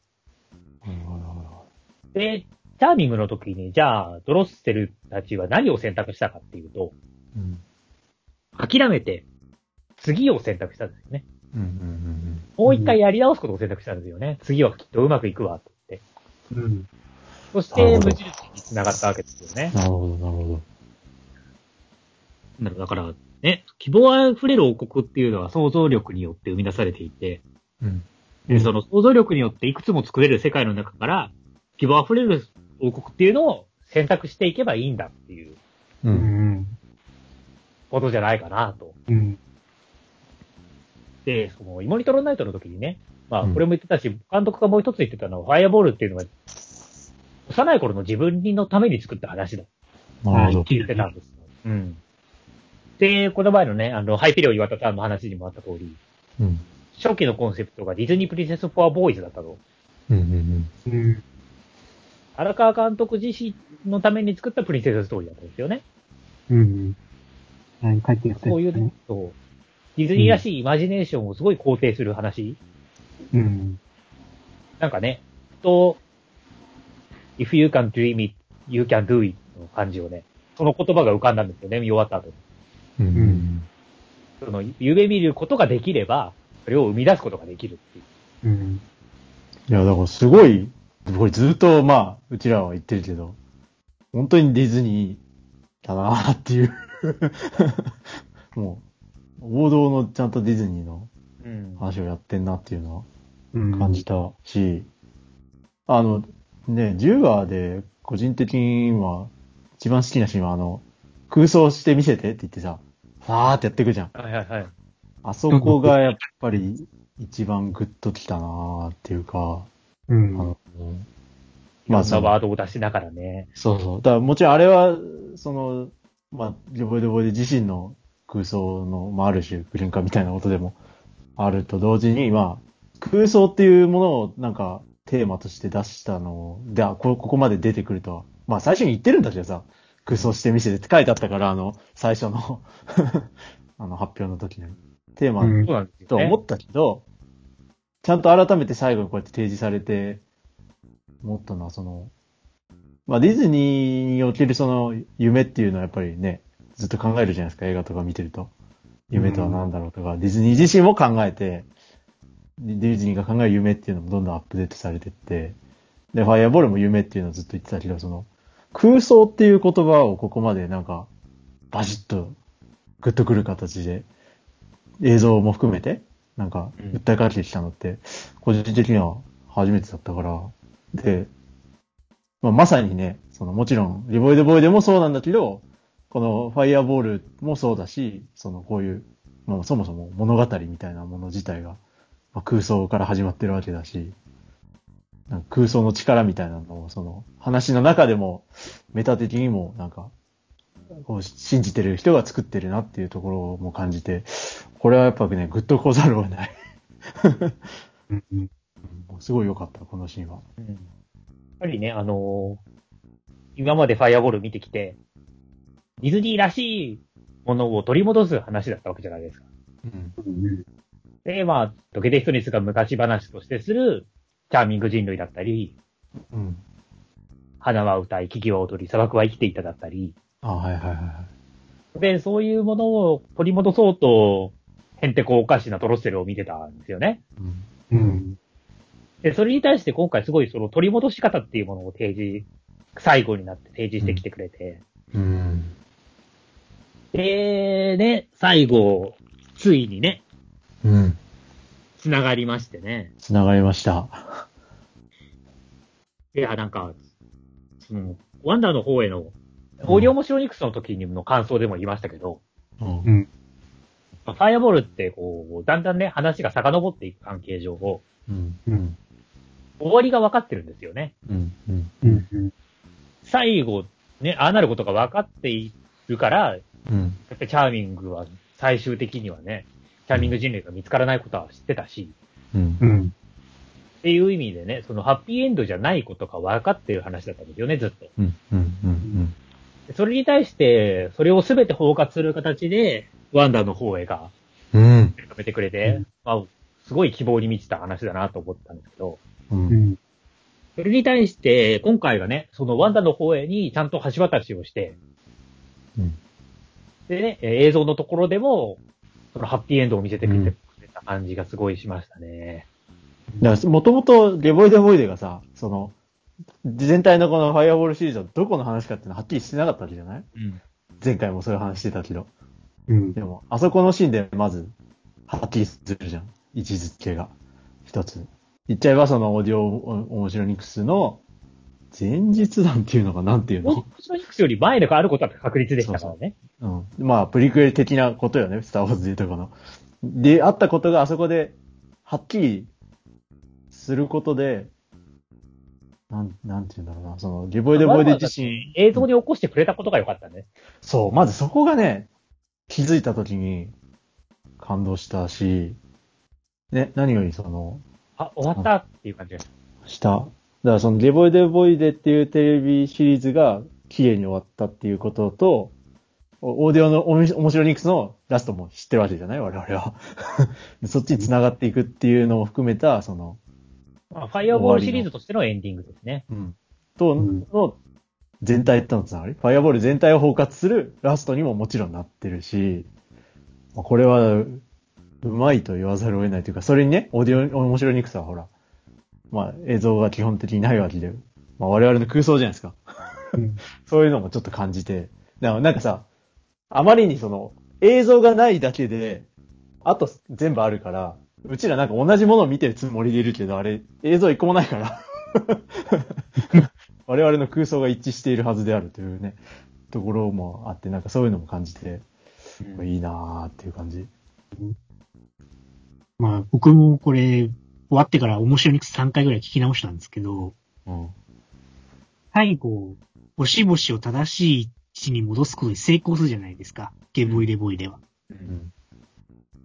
A: で、チャーミングの時に、じゃあ、ドロッセルたちは何を選択したかっていうと、
B: うん。
A: 諦めて、次を選択したんですよね。
B: うん。うん。
A: もう一回やり直すことを選択したんですよね。次はきっとうまくいくわ、と言って。
C: うん。
A: そし
B: な
A: て、
B: るほど
A: 無印に繋がったわけですよね。
B: なるほど、なるほど。
D: なんだろうだから、ね、希望あふれる王国っていうのは想像力によって生み出されていて、
B: うん。
D: で、その想像力によっていくつも作れる世界の中から、希望あふれる王国っていうのを、
A: 選択していけばいいんだっていう
B: う。
C: うんん。
A: ことじゃないかなと。
C: うん。
A: で、その、イモニトロナイトの時にね、まあ、
B: うん
A: これも言ってたし、監督がもう一つ言ってたのは、ファイアボールっていうのは、幼い頃の自分のために作った話だ。
B: なるほど。
A: 言ってたんですよ。うん。で、この前のね、あの、ハイピリオ岩田さんの話にもあった通り、
B: うん。
A: 初期のコンセプトがディズニープリンセス・フォア・ボーイズだったと。
B: うん。うん。
C: うん。
A: 荒川監督自身のために作ったプリンセスストーリーだったんですよね。
C: うん。何書いてやったやつ
A: そういうね、そう。ディズニーらしいイマジネーションをすごい肯定する話。
C: うん。
A: なんかね、ふと、if you can dream it, you can do it の感じをね、その言葉が浮かんだんですよね、見終わった後に。
B: うん。
A: その、夢見ることができれば、それを生み出すことができるっていう。
C: うん。
B: いや、だからすごい、これずっと、まあ、うちらは言ってるけど、本当にディズニーだなーっていう。 もう、王道のちゃんとディズニーの
A: うん
B: 話をやってんなっていうのは
C: うん。
B: 感じたし、あの、ね、10話で個人的には一番好きなシーンはあの、空想して見せてって言ってさ、わーってやってくじゃん。
A: はいはいはい。
B: あそこがやっぱり一番グッときたなーっていうか、
C: う
B: あ
C: ん。
B: の、
A: まあ、
B: そ
A: そ
B: の
A: ワードを出しながらね。
B: そうそう。だからもちろんあれは、その、まあ、デボイデボイで自身の空想の、まあ、ある種、グリーン化みたいなことでもあると同時に、まあ、空想っていうものをなんかテーマとして出したので、あこ、ここまで出てくるとは。まあ、最初に言ってるんだけどさ、空想してみせてって書いてあったから、あの、最初の、 あの、発表の時に。テーマ
C: うん
A: そうなんですよ、ね。
B: と思ったけど、ちゃんと改めて最後にこうやって提示されて、思ったのは、その、まあ、ディズニーにおけるその夢っていうのはやっぱりね、ずっと考えるじゃないですか、映画とか見てると。夢とは何だろうとか、ディズニー自身も考えて、デディズニーが考える夢っていうのもどんどんアップデートされてって、で、ファイアボールも夢っていうのをずっと言ってたけど、その、空想っていう言葉をここまでなんか、バシッと、グッとくる形で、映像も含めて、なんか、訴えかけてきたのって、個人的には初めてだったから、で、まあ、まさにね、その、もちろん、リボイドボーイでもそうなんだけど、このファイアボールもそうだし、その、こういう、まあ、そもそも物語みたいなもの自体が、まあ、空想から始まってるわけだし、なんか空想の力みたいなのを、その、話の中でも、メタ的にも、なんか、こう信じてる人が作ってるなっていうところも感じて、これはやっぱね、グッとこざるを得ない。
C: うん。
B: もうすごい良かった、このシーンは。
A: うんやっぱりね、あのー今までファイアボール見てきて、ディズニーらしいものを取り戻す話だったわけじゃないですか。
B: うん。
C: うん。
A: で、まあ、ドケデストニスが昔話としてする、チャーミング人類だったり、
B: うん。
A: 花は歌い、木々は踊り、砂漠は生きていただったり、
B: あはいはいはいはい。
A: で、そういうものを取り戻そうとへんてこおかしなトロッセルを見てたんですよね。
C: うん。
A: で、それに対して今回すごいその取り戻し方っていうものを提示、最後になって提示してきてくれて。
B: うん。
A: で、ね、最後、ついにね、
B: うん。
A: 繋がりましてね。
B: 繋がりました。
A: いや、なんか、その、
E: ワンダーの方への、
A: オリオモシロニクスの時にの感想でも言いましたけど、
B: うん
C: うん。
A: まあファイアボールってこう、だんだんね、話が遡っていく関係上を、
B: うん。
C: うん。
A: 終わりが分かってるんですよね。
B: うん。うん。
C: うん。うん。
A: 最後、ね、ああなることが分かっているから、や
B: うん。
A: っぱりチャーミングは最終的にはね、チャーミング人類が見つからないことは知ってたし、
B: うん
C: う。ん。
A: っていう意味でね、そのハッピーエンドじゃないことが分かってる話だったんですよね、ずっと。
B: うん。うん。うん。
A: でそれに対して、それを全て包括する形で、ワンダの方へが
B: うん。
A: 認めてくれて、
C: うん
A: まあ、すごい希望に満ちた話だなと思ったんですけど、
B: うん。
C: うん。
A: それに対して、今回がね、そのワンダの方へにちゃんと橋渡しをして、
B: うん
A: でね、えー映像のところでも、そのハッピーエンドを見せてく
B: うん
A: れた感じがすごいしましたね。
B: だから、もともと、ゲボイデボイデがさ、その、全体のこのファイアボールシリーズはどこの話かっていうのははっきりしてなかったわけじゃない
A: うん。
B: 前回もそういう話してたけど。
C: うん
B: で。も、あそこのシーンでまず、はっきりするじゃん。位置づけが。一つ。言っちゃえば、その、オーディオ、お面白ニクスの、前日談っていうのがなんていう
A: オ
B: の
A: ックスのニクスより前のがあることは確率でしたからね。
B: うん。まあ、プリクエル的なことよね、スター・ウォーズでいうとこの。で、あったことがあそこで、はっきりすることで、なん、なんて言うんだろうな、その、ゲボイデボイデ自身、
A: 映像に起こしてくれたことが良かったね。
B: そう、まずそこがね、気づいた時に感動したし、ね、何よりその、
A: あ、終わったっていう感じがし
B: した。だからその、ゲボイデボイデっていうテレビシリーズが綺麗に終わったっていうことと、おオーディオのおみ面白ニックスのラストも知ってるわけじゃない我々は。 でそっちに繋がっていくっていうのも含めた、その、
A: た。まあ、ファイアボールシリーズとしてのエンディングですね。
B: うん。と、
C: うん
B: の全体とのつながり。ファイアボール全体を包括するラストにももちろんなってるし、まあこれは、うまいと言わざるを得ないというか、それにね、オーディオ、面白いニクスはほら、まあ映像が基本的にないわけで、まあ我々の空想じゃないですか。
C: うん
B: そういうのもちょっと感じて、だからなんかさ、あまりにその、映像がないだけで、あと全部あるから、うちらなんか同じものを見てるつもりでいるけど、あれ、映像一個もないから。我々の空想が一致しているはずであるというね、ところもあって、なんかそういうのも感じて、いいなーっていう感じ。
C: まあ、僕もこれ、終わってから面白いニクス3回ぐらい聞き直したんですけど、
B: うん。
C: 最後、星々を正しい位置に戻すことに成功するじゃないですか。ゲボイデボイデは。
B: うん。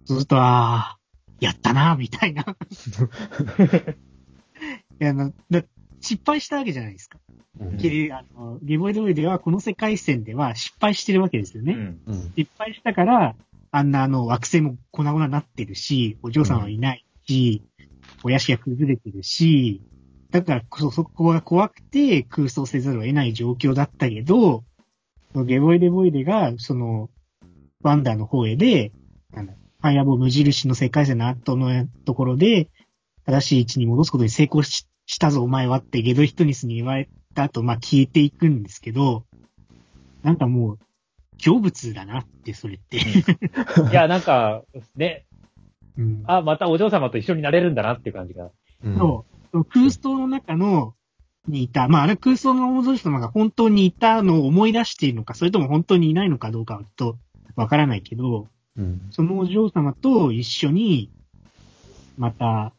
C: そうすると、ああ、やったな、みたい な。いやなだ失敗したわけじゃないですか。
B: うん
C: ゲリあのゲボイドウイでは、この世界線では失敗してるわけですよね。
A: ん。
B: うん。
C: 失敗したから、あんなあの惑星も粉々になってるし、お嬢さんはいないし、お屋敷が崩れてるし、だからこそそこが怖くて空想せざるを得ない状況だったけど、そのゲボイデボイデが、その、ワンダーの方へで、なんだファイアボール無印の世界線の後のところで、正しい位置に戻すことに成功ししたぞお前はってゲドヒトニスに言われた後、まあ消えていくんですけど、なんかもう、成仏だなって、それって。
A: いや、なんか、ね、
C: うん。
A: あ、またお嬢様と一緒になれるんだなっていう感じが。
C: そう。空想の中の、にいた。まあ、あれ空想の王女様が本当にいたのを思い出しているのか、それとも本当にいないのかどうかはちょっとわからないけど、
B: うん。
C: そのお嬢様と一緒に、また、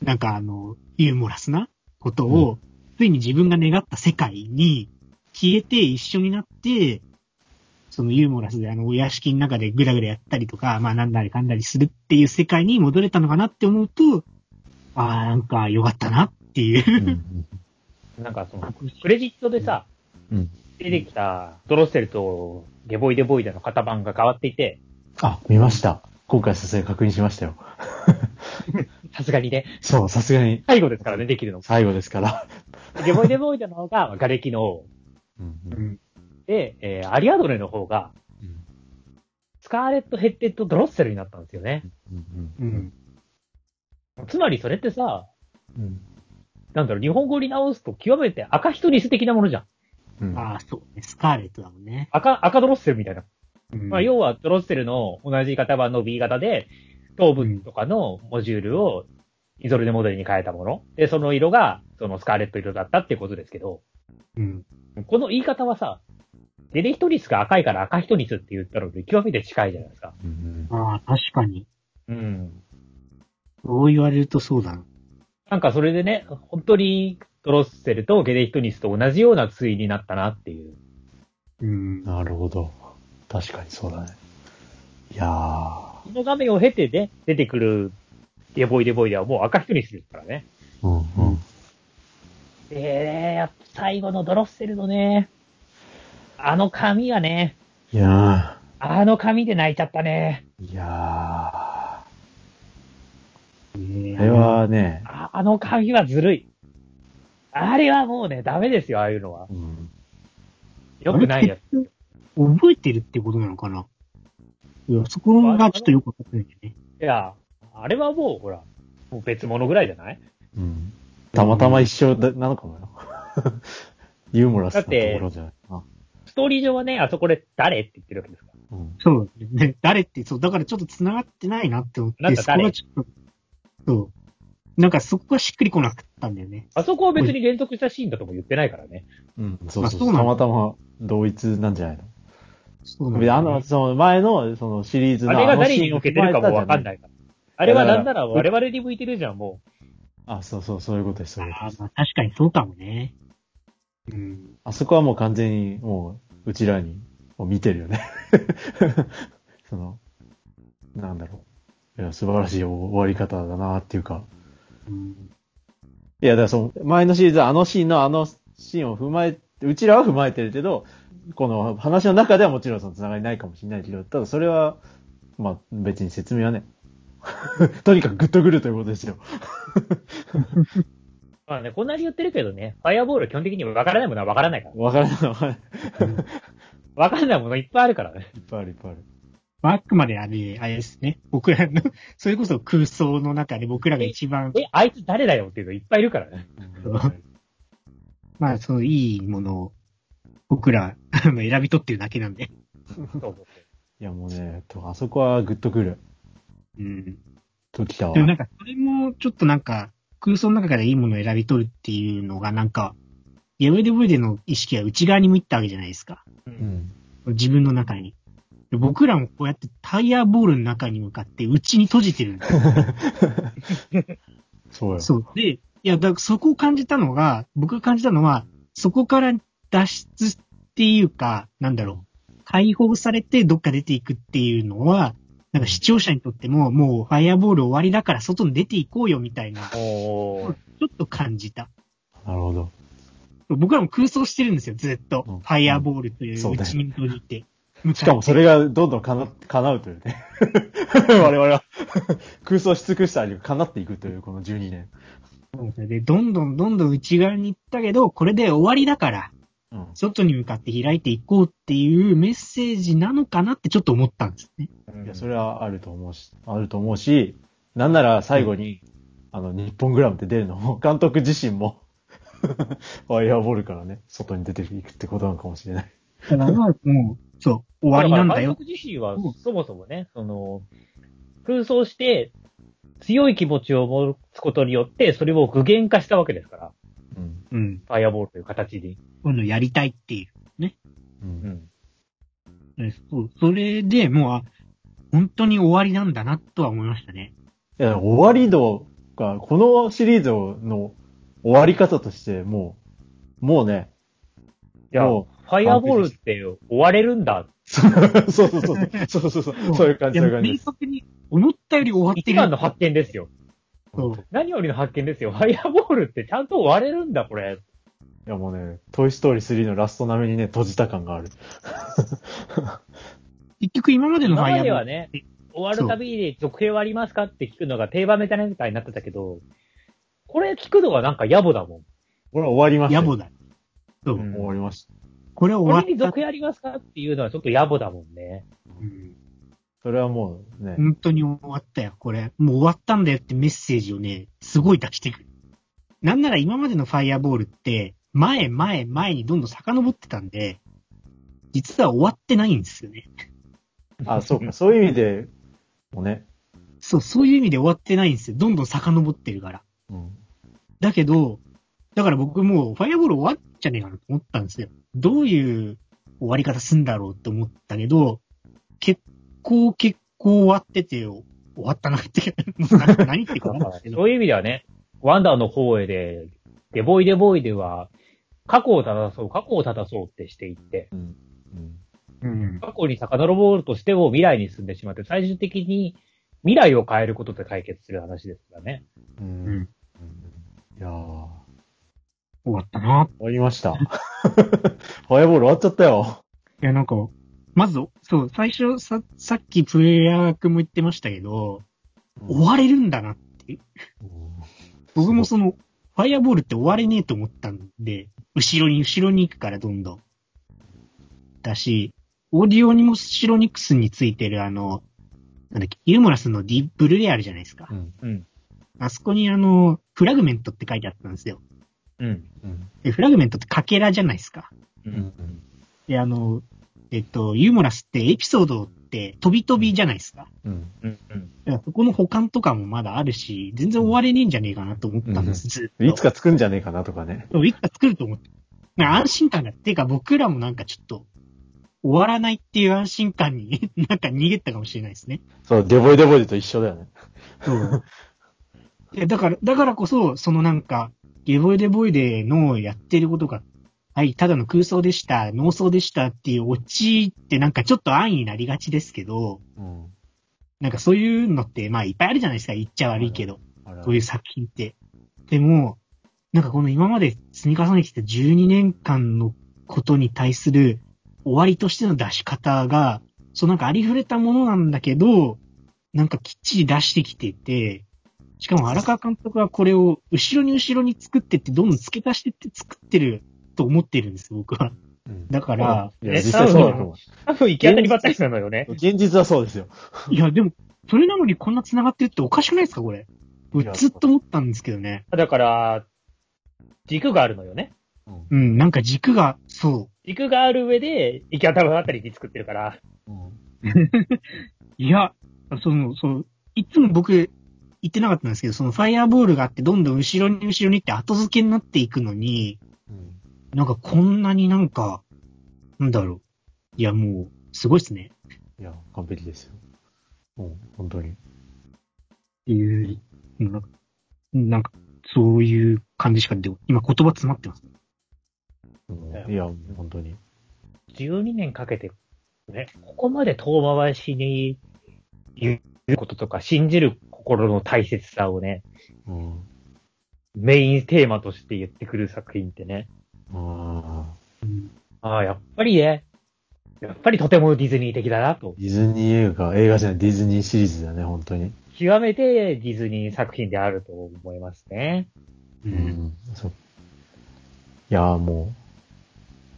C: なんかあの、ユーモラスなことを、ついに自分が願った世界に消えて一緒になって、そのユーモラスであの、お屋敷の中でぐらぐらやったりとか、まあなんだりかんだりするっていう世界に戻れたのかなって思うと、ああ、なんか良かったなっていう。
B: うん。
A: なんかその、クレジットでさ、
B: うん
A: 出てきたドロッセルとゲボイデボイデの型番が変わっていて、
B: あ、見ました。今回さすがに確認しましたよ。
A: さすがにね、
B: そう、さすがに
A: 最後ですからね、できるの。
B: 最後ですから。
A: ゲボイデボイデの方が瓦礫の王
B: うん。
A: で、えーアリアドネの方がスカーレット・ヘッテッド・ドロッセルになったんですよね。
B: うん
C: うん。
A: つまりそれってさ、
B: うん
A: なんだろう、日本語に直すと極めて赤人に素敵なものじゃん。
B: うん
C: ああ、そうね。スカーレットだもんね。
A: 赤、赤ドロッセルみたいな。
C: うん
A: まあ、要はドロッセルの同じ型番の B 型で、糖分とかのモジュールをイゾルデモデルに変えたもの。で、その色が、そのスカーレット色だったってことですけど、
C: うん。
A: この言い方はさ、デレヒトリスが赤いから赤ヒトリスって言ったので極めて近いじゃないですか。
B: うん
C: ああ、確かに。
A: うん。
C: そう言われるとそうだな。
A: なんかそれでね、本当にドロッセルとゲデヒトニスと同じような対になったなっていう。
C: うん。
B: なるほど。確かにそうだね。いやー。
A: この画面を経てね、出てくるデボイデボイではもう赤ヒトニスですからね。
B: うんうん。
A: でね、やっぱ最後のドロッセルのね、あの髪がね、
B: いや
A: あの髪で泣いちゃったね。
B: ー。いやー。あ
C: あ
B: れ。はね、
A: ああの髪はずるい。あれはもうね、ダメですよ、ああいうのは。
B: うん
A: よくないやつ。
C: 覚えてるってことなのかないや、そこがちょっとよくわかってないんだよね。
A: いや、あれはもう、ほら、もう別物ぐらいじゃない
B: うんたまたま一緒だなのかもよ。 ユーモラスなところじゃないかな。
A: ストーリー上はね、あそこで誰って言ってるわけですから。
B: うん
C: そうだね。 誰って、そう、だからちょっと繋がってないなって思って、
A: なんか
C: そこ
A: 誰
C: がちょっと、そう。なんかそこがしっくりこなかったんだよね。
A: あそこは別に連続したシーンだとも言ってないからね。
B: うん、そう
C: あ
B: そう
C: そうな
B: た
C: の
B: またま同一なんじゃないの
C: そう
B: で
C: なんだ
B: あ
C: よ
B: の、
C: ね
B: その前の、そのシリーズ
A: あ
B: の
A: れが誰に向けてるかもわかん
B: い。
A: ないから。あれはなんな
B: だからら
A: 我々に向いてるじゃん、も
B: あ、そうそう、そういうことです、そういうことで
C: ああ
B: す。
C: まあ確かにそうかもね。うん。
B: あそこはもう完全に、もう、うちらに、もう見てるよね。 その、なんだろう。いや、素晴らしい終わり方だなっていうか。
C: うん
B: いや、だからその、前のシリーズはあのシーンのあのシーンを踏まえて、うちらは踏まえてるけど、この話の中ではもちろんその繋がりないかもしれないけど、ただそれは、まあ別に説明はね、 とにかくグッとくるということですよ。
A: う。まあね、こんなに言ってるけどね、ファイアボールは基本的にわからないものはわからないから。
B: わからない、わからない。
A: わからないものいっぱいあるからね。
B: いっぱいある、いっぱいある。
C: あくまであれ、あれですね。僕らの、 それこそ空想の中で僕らが一番、
A: え、あいつ誰だよっていうのいっぱいいるからね。
C: まあ、そのいいものを、僕ら、 あの、選び取ってるだけなんで。
A: そう
B: いや、もうね、とあそこはグッとくる。
C: うん。
B: ときたわ
C: で。もなんか、それも、ちょっとなんか、空想の中からいいものを選び取るっていうのが、なんか、やウェデブーデの意識は内側に向いたわけじゃないですか。
A: う。
B: うんん。
C: 自分の中に。で僕らもこうやってタイヤボールの中に向かって内に閉じてるんですよ
B: そうよ。
C: そう。で、いや、だからそこを感じたのが、僕が感じたのは、そこから脱出っていうか、なんだろう、解放されてどっか出ていくっていうのは、なんか視聴者にとっても、もうファイアボール終わりだから外に出ていこうよみたいな、ち
A: おー。
C: ょっと感じた。
B: なるほど。
C: 僕らも空想してるんですよ、ずっと。
B: うん
C: ファイアボールという
B: そうだよ
C: 内に閉じて。
B: しかもそれがどんどんかな、叶うというね。 我々は空想し尽くしたり、叶っていくという、この12年。
C: そうですねで、どんどんどんどん内側に行ったけど、これで終わりだから、
B: うん。
C: 外に向かって開いていこうっていうメッセージなのかなってちょっと思ったんですね。
B: いや、それはあると思うし、あると思うし、なんなら最後に、あの、日本グラムって出るのも、 監督自身も、 ファイアボールからね、外に出ていくってことなのかもしれない。
C: だからまあもう、そう、終わりなんだ
A: だ
C: よ
A: か。ら監督自身は、そもそもね、その、空想して、強い気持ちを持つことによって、それを具現化したわけですから。
B: うん。
C: うん。
A: ファイアボールという形で。
C: こういうのやりたいっていう
B: う。
A: うんん。
C: そう。それでもう、あ本当に終わりなんだなとは思いましたね。
B: いや、終わり度が、このシリーズの終わり方として、もう、もうね、
A: いや、フ
B: も
A: ァイアボールって追われるんだ。
B: う、そうそうそうそう、そうそうそう、そういう感じ、
C: い
B: そうい
C: や
B: う感じ
C: 明。確に思ったより終わって
A: 一
C: る。
A: 番の発見ですよ。
C: そう。
A: 何よりの発見ですよ。ファイアボールってちゃんと追われるんだ、これ。
B: いやもうね、トイストーリー3のラスト並みにね、閉じた感がある。
C: 結局今までのフ
A: 今
C: ァイ
A: ま
C: アボ
A: で
C: ー
A: は
C: ル。
A: ね、終わるたびに続編はありますかって聞くのが定番みたいなネタになってたけど、これ聞くのがなんか野暮だも
B: これは終わりました
C: 野
B: よ。
C: 暮だ。そう。
A: ん。
B: 終わりました。
C: これ
A: これに
C: 終わった
A: 続。編ありますかっていうのはちょっと野暮だもんね。
C: うん
B: それはもうね、
C: 本当に終わったよ、これ。もう終わったんだよってメッセージをね、すごい出してくる。なんなら今までのファイアボールって、前、前、前にどんどん遡ってたんで、実は終わってないんですよね。
B: あ、そうか、そういう意味で、もうね、
C: そう、そういう意味で終わってないんですよ。どんどん遡ってるから。
B: うん。
C: だけど、だから僕もうファイアボール終わっちゃねえかなと思ったんですよ。どういう終わり方すんだろうって思ったけど、結構結構終わってて、終わったなって、もう何何ってことなんですけど
A: そ。ういう意味ではね、ワンダーの方へで、デボイデボイでは、過去を正そう、過去を正そうってしていって、
B: うん。うん。
C: うん。
A: 過去に遡るとしても未来に進んでしまって、最終的に未来を変えることで解決する話ですからね。
B: うん。
C: うん
B: いやー、終
C: 終わったな。
B: わりました。 ファイアボール終わっちゃったよ。
C: いや、なんか、まず、そう、最初、さ、さっきプレイヤー君も言ってましたけど、終われるんだな。僕もその、ファイアボールって終われねえと思ったんで、後ろに後ろに行くからどんどん。だし、オーディオニモシロニクスについてるあの、なんだっけ、ユーモラスのディープルレイあるじゃないですか。
B: うん。
A: うん。
C: あそこにあの、フラグメントって書いてあったんですよ。
A: うん。
B: うん。
C: で、フラグメントってかけらじゃないですか。
A: う。
B: うんん。
C: で、あの、えっと、ユーモラスってエピソードって飛び飛びじゃないですか。
B: うん。
A: うん。うん
C: だからそこの保管とかもまだあるし、全然終われねえんじゃねえかなと思ったんです、ずっと。
B: いつか作んじゃねえかなとかね。
C: そういつか作ると思って。なんか安心感が。てか僕らもなんかちょっと、終わらないっていう安心感に、 なんか逃げたかもしれないですね。
B: そう、デボイデボイと一緒だよね。
C: そう。いや、だから、だからこそ、そのなんか、ゲボイデボイデのやってることが、はい、ただの空想でした、妄想でしたっていうオチってなんかちょっと安易になりがちですけど、
B: うん。
C: なんかそういうのって、まあいっぱいあるじゃないですか、言っちゃ悪いけど。
B: あれ
C: こういう作品って。でも、なんかこの今まで積み重ねてきた12年間のことに対する終わりとしての出し方が、そうなんかありふれたものなんだけど、なんかきっちり出してきてて、しかも荒川監督はこれを後ろに後ろに作ってって、どんどん付け足してって作ってると思ってるんです、僕は。
B: うん
C: だから、
B: いや、
A: え
B: 実際そうだと思う。
A: 多分行き当たりばったりなのよね。
B: 現実はそうですよ。
C: いやでも、それなのにこんな繋がってるっておかしくないですか、これ。僕ずっと思ったんですけどね。
A: だから、軸があるのよね。
B: うん
C: うん、なんか軸が、そう。
A: 軸がある上で、行き当たりばったりに作ってるから。
B: うん
C: いや、その、その、いつも僕、言ってなかったんですけど、そのファイアボールがあって、どんどん後ろに後ろにって後付けになっていくのに、
B: うん
C: なんかこんなになんか、なんだろう。いや、もう、すごいっすね。
B: いや、完璧ですよ。うん、本当に。
C: っていう、なんか、なんかそういう感じしかで、今言葉詰まってます。
B: うんいや、本当に。
A: 12年かけて、ね、ここまで遠回しに言うこととか、信じる心の大切さをね、
B: うん。
A: メインテーマとして言ってくる作品ってね。
B: ああ、
A: ああ、やっぱりね、やっぱりとてもディズニー的だなと。
B: ディズニー映画、映画じゃない、ディズニーシリーズだね、本当に。
A: 極めてディズニー作品であると思いますね。
C: う。
B: うんん、そう。いやーもう。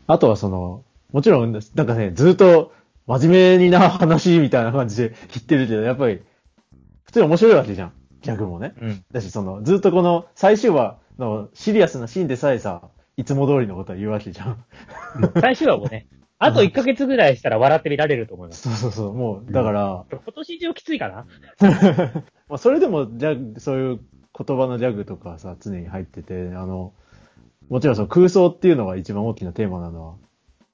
B: あとはその、もちろん、なんかね、ずっと真面目にな話みたいな感じで言ってるけど、やっぱり、普通に面白いわけじゃん。ギャグもね。
A: うん。
B: だし、その、ずっとこの最終話のシリアスなシーンでさえさ、いつも通りのことは言うわけじゃん。
A: 最終話もね、あと1ヶ月ぐらいしたら笑って見られると思います。
B: そうそうそう、もう、だから、
A: 今年中きついかな
B: まあ、それでもジャグ、そういう言葉のジャグとかさ、常に入ってて、あの、もちろんその空想っていうのが一番大きなテーマなのは、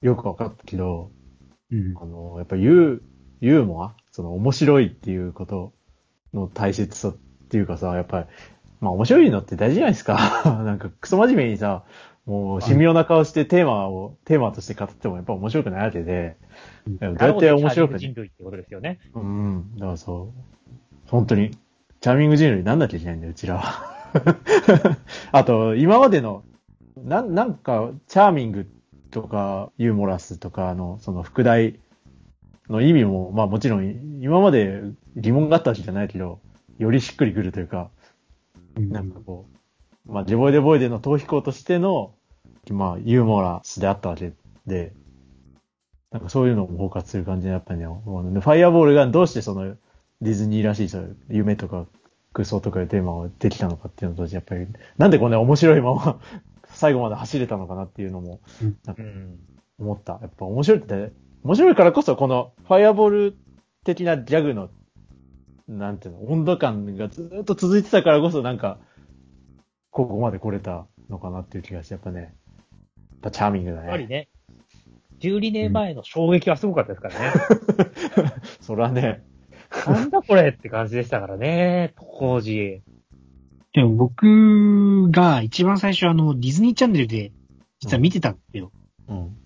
B: よくわかったけど、
C: うん。
B: あの、やっぱユー、ユーモアその面白いっていうことの大切さっていうかさ、やっぱり、まあ面白いのって大事じゃないですか。 なんかクソ真面目にさ、もう神妙な顔してテーマを、テーマとして語ってもやっぱ面白くないわけで、どうやって面白くね
A: 人類ってことですよね。
B: うん、だからそう。本当に、チャーミング人類なんなきゃいけないんだよ、うちらは。 あと、今までの、なん、なんか、チャーミングとか、ユーモラスとかの、その、副題の意味も、まあもちろん、今まで疑問があったわけじゃないけど、よりしっくりくるというか、なんかこう、まあ、デボイデボイデの逃避行としての、まあ、ユーモラスであったわけで、なんかそういうのも包括する感じで、やっぱりね、もうねファイアボールがどうしてその、ディズニーらしい、そういう夢とか空想とかいうテーマをできたのかっていうのと、やっぱり、なんでこんな面白いまま、最後まで走れたのかなっていうのも
F: うん。
B: 思った。やっぱ面白いって、面白いからこそ、この、ファイアボール的なギャグの、なんていうの、温度感がずっと続いてたからこそ、なんか、ここまで来れたのかなっていう気がして、やっぱね、やっぱチャーミングだ
F: やっぱり
B: ね。
F: ね、12年前の衝撃はすごかったですからね。
B: それはね、
F: なんだこれって感じでしたからね、当時。
C: でも僕が一番最初あの、ディズニーチャンネルで実は見てたんですよ。
B: うん、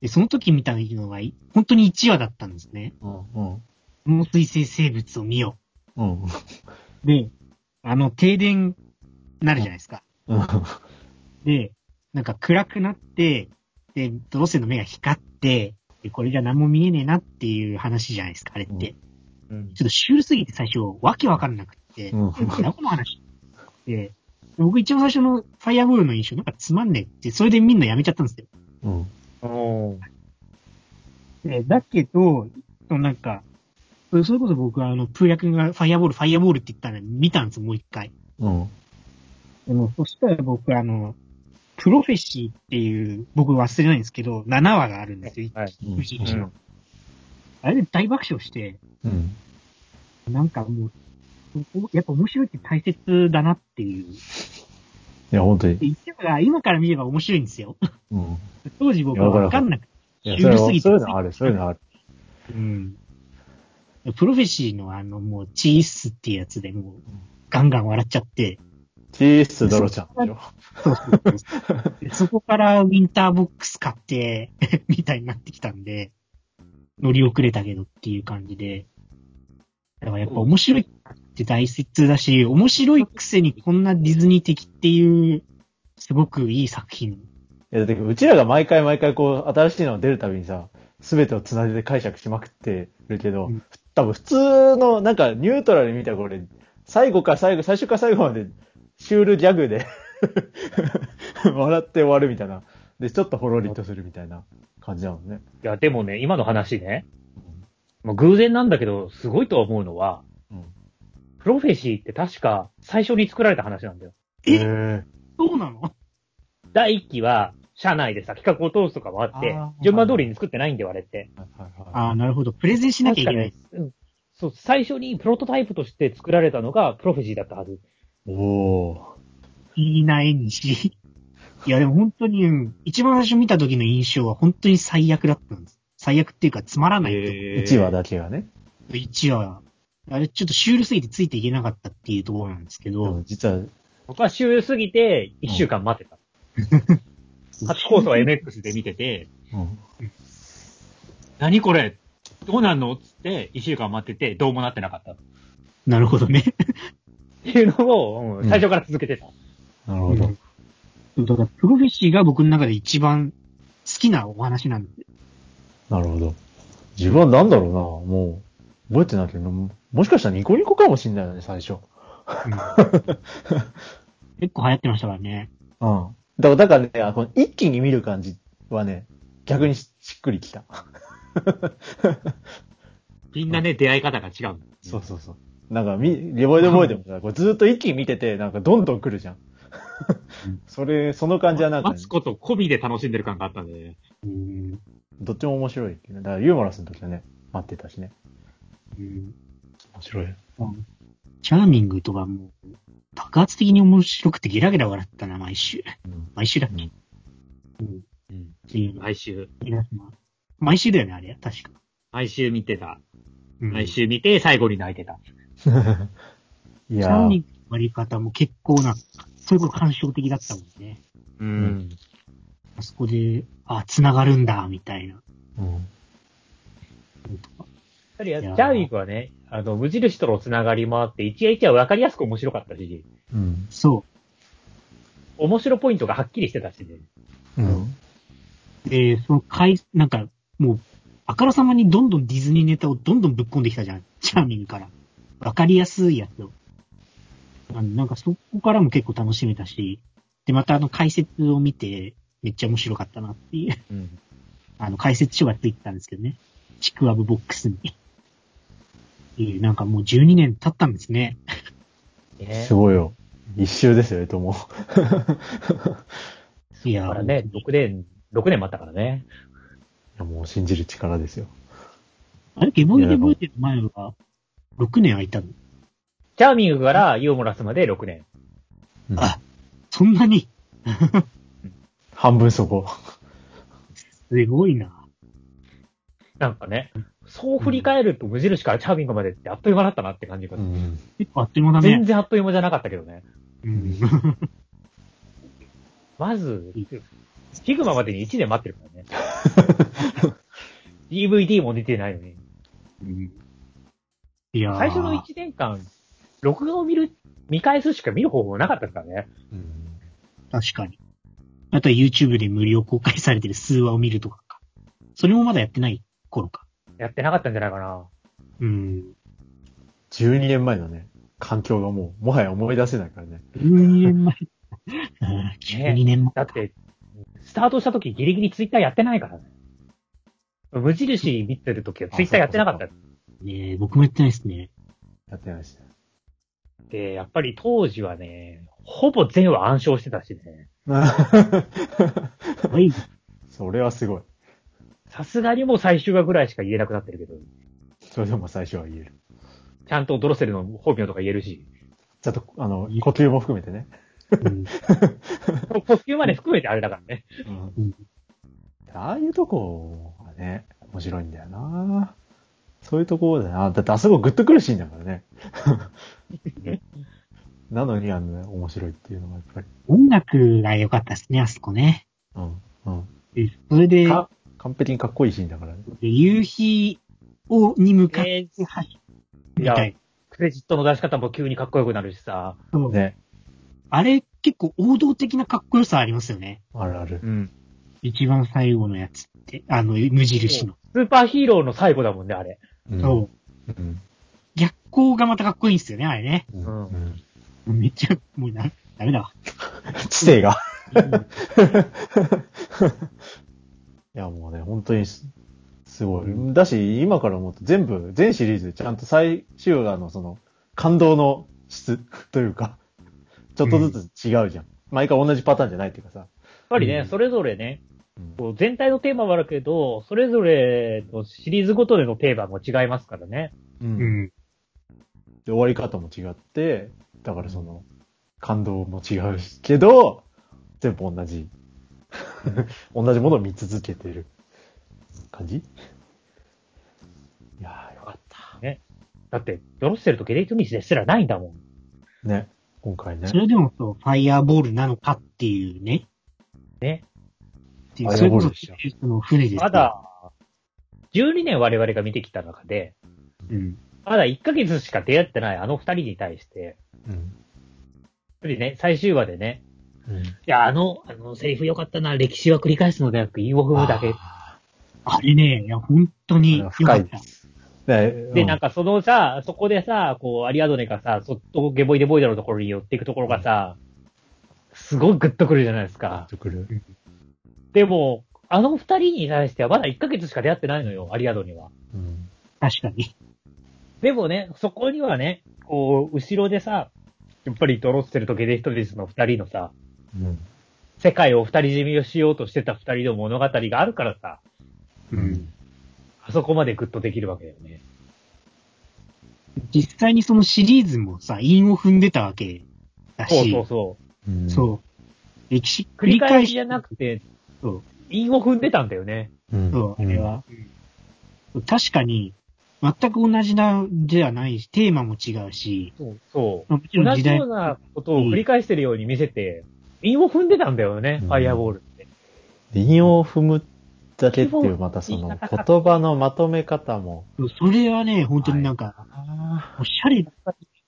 C: で、その時見たのが、本当に1話だったんですね。
B: うん、うん、
C: 猛水生生物を見よ
B: うん、
C: う。で、あの、停電なるじゃないですか。
B: うん、
C: で、なんか暗くなって、で、どうせの目が光って、で、これじゃ何も見えねえなっていう話じゃないですか、あれって。
B: うん
C: ち
F: う
C: ょ
F: ん
C: っ。とシュールすぎて最初、わけわかんなくって、
B: うん
C: なん、この話で、僕一番最初のファイアボールの印象なんかつまんねえって、それで見るのやめちゃったんですよ。
B: うん、
F: うん。
C: でだけど、そのなんか、それこそ僕はあの、プーヤ君がファイアボール、ファイアボールって言ったら見たんですよ、もう一回。
B: うん、
C: でも、そしたら僕、あの、プロフェシーっていう、僕忘れないんですけど、7話があるんですよ、
F: はい。
B: うん
C: 藤井氏の。あれで大爆笑して、
B: うん、
C: なんかもう、やっぱ面白いって大切だなっていう。
B: いや、本当に。
C: で、一話が今から見れば面白いんですよ。
B: うん。
C: 当時僕はわかんなくて。
B: いや、
C: シュ
B: それ
C: ール
B: は
C: すぎて
B: そういうのある、そういうのある。
C: うん。プロフェシーのあの、もう、チースっていうやつでもう、ガンガン笑っちゃって、
B: チースドロちゃんでしょ。
C: そうそうそうでそこからウィンターボックス買って、 みたいになってきたんで、乗り遅れたけどっていう感じで。だからやっぱ面白いって大切だし、面白いくせにこんなディズニー的っていう、すごくいい作品。
B: いや、だってうちらが毎回毎回こう、新しいのが出るたびにさ、すべてをつないで解釈しまくってるけど、
C: うん
B: 多分普通の、なんかニュートラルに見たらこれ、最後か最後、最初か最後までシュールギャグで 笑って終わるみたいな。で、ちょっとほろりとするみたいな感じだもんね。
F: いや、でもね、今の話ね、まあ、偶然なんだけど、すごいと思うのは、
B: うん
F: プロフェシーって確か最初に作られた話なんだよ。
C: え
B: え
C: そうなの
F: 第1期は、社内でさ、企画を通すとかもあって
B: あ、ー
F: 順番通りに作ってないんで、あれって。
C: ああ、なるほど。プレゼンしなきゃいけない。
F: 確かねうんそう、最初にプロトタイプとして作られたのがプロフェシーだったはず。
B: おー。
C: いいな、絵にし。いや、でも本当に、うん一番最初見た時の印象は本当に最悪だったんです。最悪っていうか、つまらないと思う
B: 1話だけがね。
C: 一話、あれちょっとシュールすぎてついていけなかったっていうところなんですけ
B: で
C: ど、
B: も実は、
F: 僕は週すぎて、1週間待ってた。初放送は MX で
A: で見てて、
B: うん
A: 何これどうなんのつって、一週間待ってて、どうもなってなかった。
C: なるほどね。
F: っていうのを、うん最初から続けてた。
B: なるほど。
C: うんだから、プロフェッシーが僕の中で一番好きなお話なんで。
B: なるほど。自分はなんだろうな、もう、覚えてないけど、ももしかしたらニコニコかもしんないよね、最初。
C: 結構流行ってましたからね。
B: うん。だから、だからねあ、この一気に見る感じはね、逆にししっくりきた。
A: みんなね、出会い方が違う。
B: そうそうそう。なんか、み、リボイドボーイでもさ、こうずーっと一気に見てて、なんかどんどん来るじゃん。それ、その感じはなんかね、
A: 待つこと込みで楽しんでる感があったんでね。
C: うん。
B: どっちも面白いっていうね。だからユーモラスの時はね、待ってたしね。
C: うん
B: 面白い。
C: チャーミングとかも、爆発的に面白くてゲラゲラ笑ったな、毎週。
B: うん。
C: 毎週だっけ、
A: うん。
C: っていうの
A: 毎週、
C: 毎週だよね、あれ。確か。
A: 毎週見てた。
C: うん
A: 毎週見て、最後に泣いてた。
B: い
C: チ
B: や
C: ャーミン
B: ー、。
C: グの割り方も結構な、そういうこと感傷的だったもんね。
A: うん
C: あそこで、あ、繋がるんだ、みたいな。
B: うん。
F: やっ
C: い
F: ぱ
C: や
F: り、
C: ー
F: ジャーミークはね、あの、無印とのつながりもあって、一夜一夜分かりやすく面白かったし、
B: うん。
C: そ
F: 面白ポイントがはっきりしてたしね。
B: うん。
C: う。で、その回、なんか、もう、あからさまにどんどんディズニーネタをどんどんぶっ込んできたじゃん。チャーミングから。わかりやすいやつを。あのなんかそこからも結構楽しめたし、で、またあの解説を見て、めっちゃ面白かったなっていう。
F: うん。
C: あの、解説書がついてたんですけどね。ちくわぶボックスに。えーなんかもう12年経ったんですね。
A: ね
B: すごいよ。一周ですよ、えとも。
C: いや
A: だから
C: ー、
A: ね、6年、6年待ったからね。
B: いやもう信じる力ですよ。
C: あれ、ゲモゲで覚えてる前は、6年空いたの。
A: チャーミングからユーモラスまで6年。
B: うん
C: あそんなに、
B: 半分そこ。
C: すごいな。
A: なんかね、そう振り返ると無印からチャーミングまでってあっという間だったなって感じが、
B: うん。
C: 結構あっという間だ
A: 全
C: ね。
A: 然あっという間じゃなかったけどね。
C: うん。
A: まず、シグマまでに1年待ってるからね。DVD も出てないのに。
C: いやー
A: 最初の1年間、録画を見る、見返すしか見る方法なかったからね。
B: うん
C: 確かに。あとは YouTube で無料公開されてる数話を見るとかか。それもまだやってない頃か。
A: やってなかったんじゃないかな。
C: うん。
B: 12年前のね、環境がもう、もはや思い出せないからね。
C: 12年 前。うん12年前。
A: だって、スタートした時ギリギリツイッターやってないからね。無印見てる時はツイッターやってなかったっ
C: ねえ僕もやってないですね。
B: やってないし。
A: て、やっぱり当時はね、ほぼ全話暗唱してたしね。
C: はい。
B: それはすごい。
A: さすがにもう最終話ぐらいしか言えなくなってるけど、
B: それでも最初は言える。
A: ちゃんとドロセルの本名とか言えるし、
B: ちゃんと、あの、呼吸も含めてね。
C: うん
A: 呼吸まで含めてあれだから ね。
B: うんああいうとこがね、面白いんだよな。そういうところだな。だってあそこグッとくるシーンだからね。 なのにあの、面白いっていうのがやっぱり。
C: 音楽が良かったですね、あそこね。
B: うん。うん。
C: それで、
B: か完璧にかっこいいシーンだからね。
C: 夕日を、に向かって
A: え
C: 走
A: ー
C: み
A: いや
C: たい。
A: クレジットの出し方も急にかっこよくなるしさ。
C: そう
B: ね。
C: あれ、結構王道的なかっこよさありますよね。
B: あるある。
A: ん。
C: 一番最後のやつって、あの、無印の。
A: スーパーヒーローの最後だもんね、あれ。
B: うん
C: そう。
B: うん。
C: 逆光がまたかっこいいんですよね、あれね。
B: うん
A: うん
B: うん
C: めっちゃ、もうな、ダメだわ。
B: 知性が。 いや、もうね、本当にす、すごい。だし、今からもう全部、全シリーズ、ちゃんと最終話のその、感動の質 というか、ちょっとずつ違うじゃん。毎回同じパターンじゃないっていうかさ。
A: やっぱり
B: う
A: ね
B: ん、
A: それぞれね
B: うん、
A: こう全体のテーマはあるけど、それぞれのシリーズごとでのテーマも違いますからね。
B: う。
C: うんん。
B: で、終わり方も違って、だからその、感動も違うけど、全部同じ。 同じものを見続けてる感じいやー、よかっ
A: だって、ドロッセルとゲレイトミスですらないんだもん。
B: た。ね。今回ね
C: そ。れでもそう、ファイアーボールなのかっていうね。
A: ね。
C: っていう
B: ファイ
C: そ
B: アー
C: れ
B: ボ
C: こ
B: ール
C: そ
B: でしょ、
C: その船ですよ
A: ま。だ、12年我々が見てきた中で、
C: うん。
A: まだ1ヶ月しか出会ってないあの二人に対して、
B: うん。
A: やっぱりね、最終話でね、
B: う
A: い
B: ん
A: や、あの、あの、セリフ良かったな、歴史は繰り返すのではなく、韻を踏むだけ。
C: あれね、いや、本当に良か
B: 深い
C: っ
B: で
C: た。
B: す。で、
A: で、なん
B: か、
A: かそのさ、そこでさ、こう、アリアドネがさ、そっとゲボイデボイデのところに寄っていくところがさ、すごいグッとくるじゃないですか。
B: とくる。
A: でも、あの二人に対してはまだ1ヶ月しか出会ってないのよ、アリアドネは。
B: うん。
C: 確かに。
A: でもね、そこにはね、こう、後ろでさ、やっぱりドロッセルとゲデヒトリスの二人のさ、
B: うん。
A: 世界を二人占めをしようとしてた二人の物語があるからさ、
C: うん。
A: あそこまでグッとできるわけだよね。
C: 実際にそのシリーズもさ、韻を踏んでたわけだ
A: そう
C: し、
A: そうそう。
B: うん。
C: そう歴史
A: 繰り返しじゃなくて、
C: そう
A: 韻を踏んでたんだよね。
B: うん。
C: そう、あれは。確かに、全く同じなんではないし、テーマも違うし、
A: そう。そ
C: も
A: う。
C: ちろん
A: 同
C: 時
A: じ
C: 代
A: ようなことを繰り返してるように見せて、韻を踏んでたんだよね、
B: うん
A: ファイアボールって。
B: 韻を踏むだけって
A: 基
B: いう、
A: 本
B: またその、
A: 言い方が
B: 言葉のまとめ方も、
C: それはね、本当になんか、おしゃれ、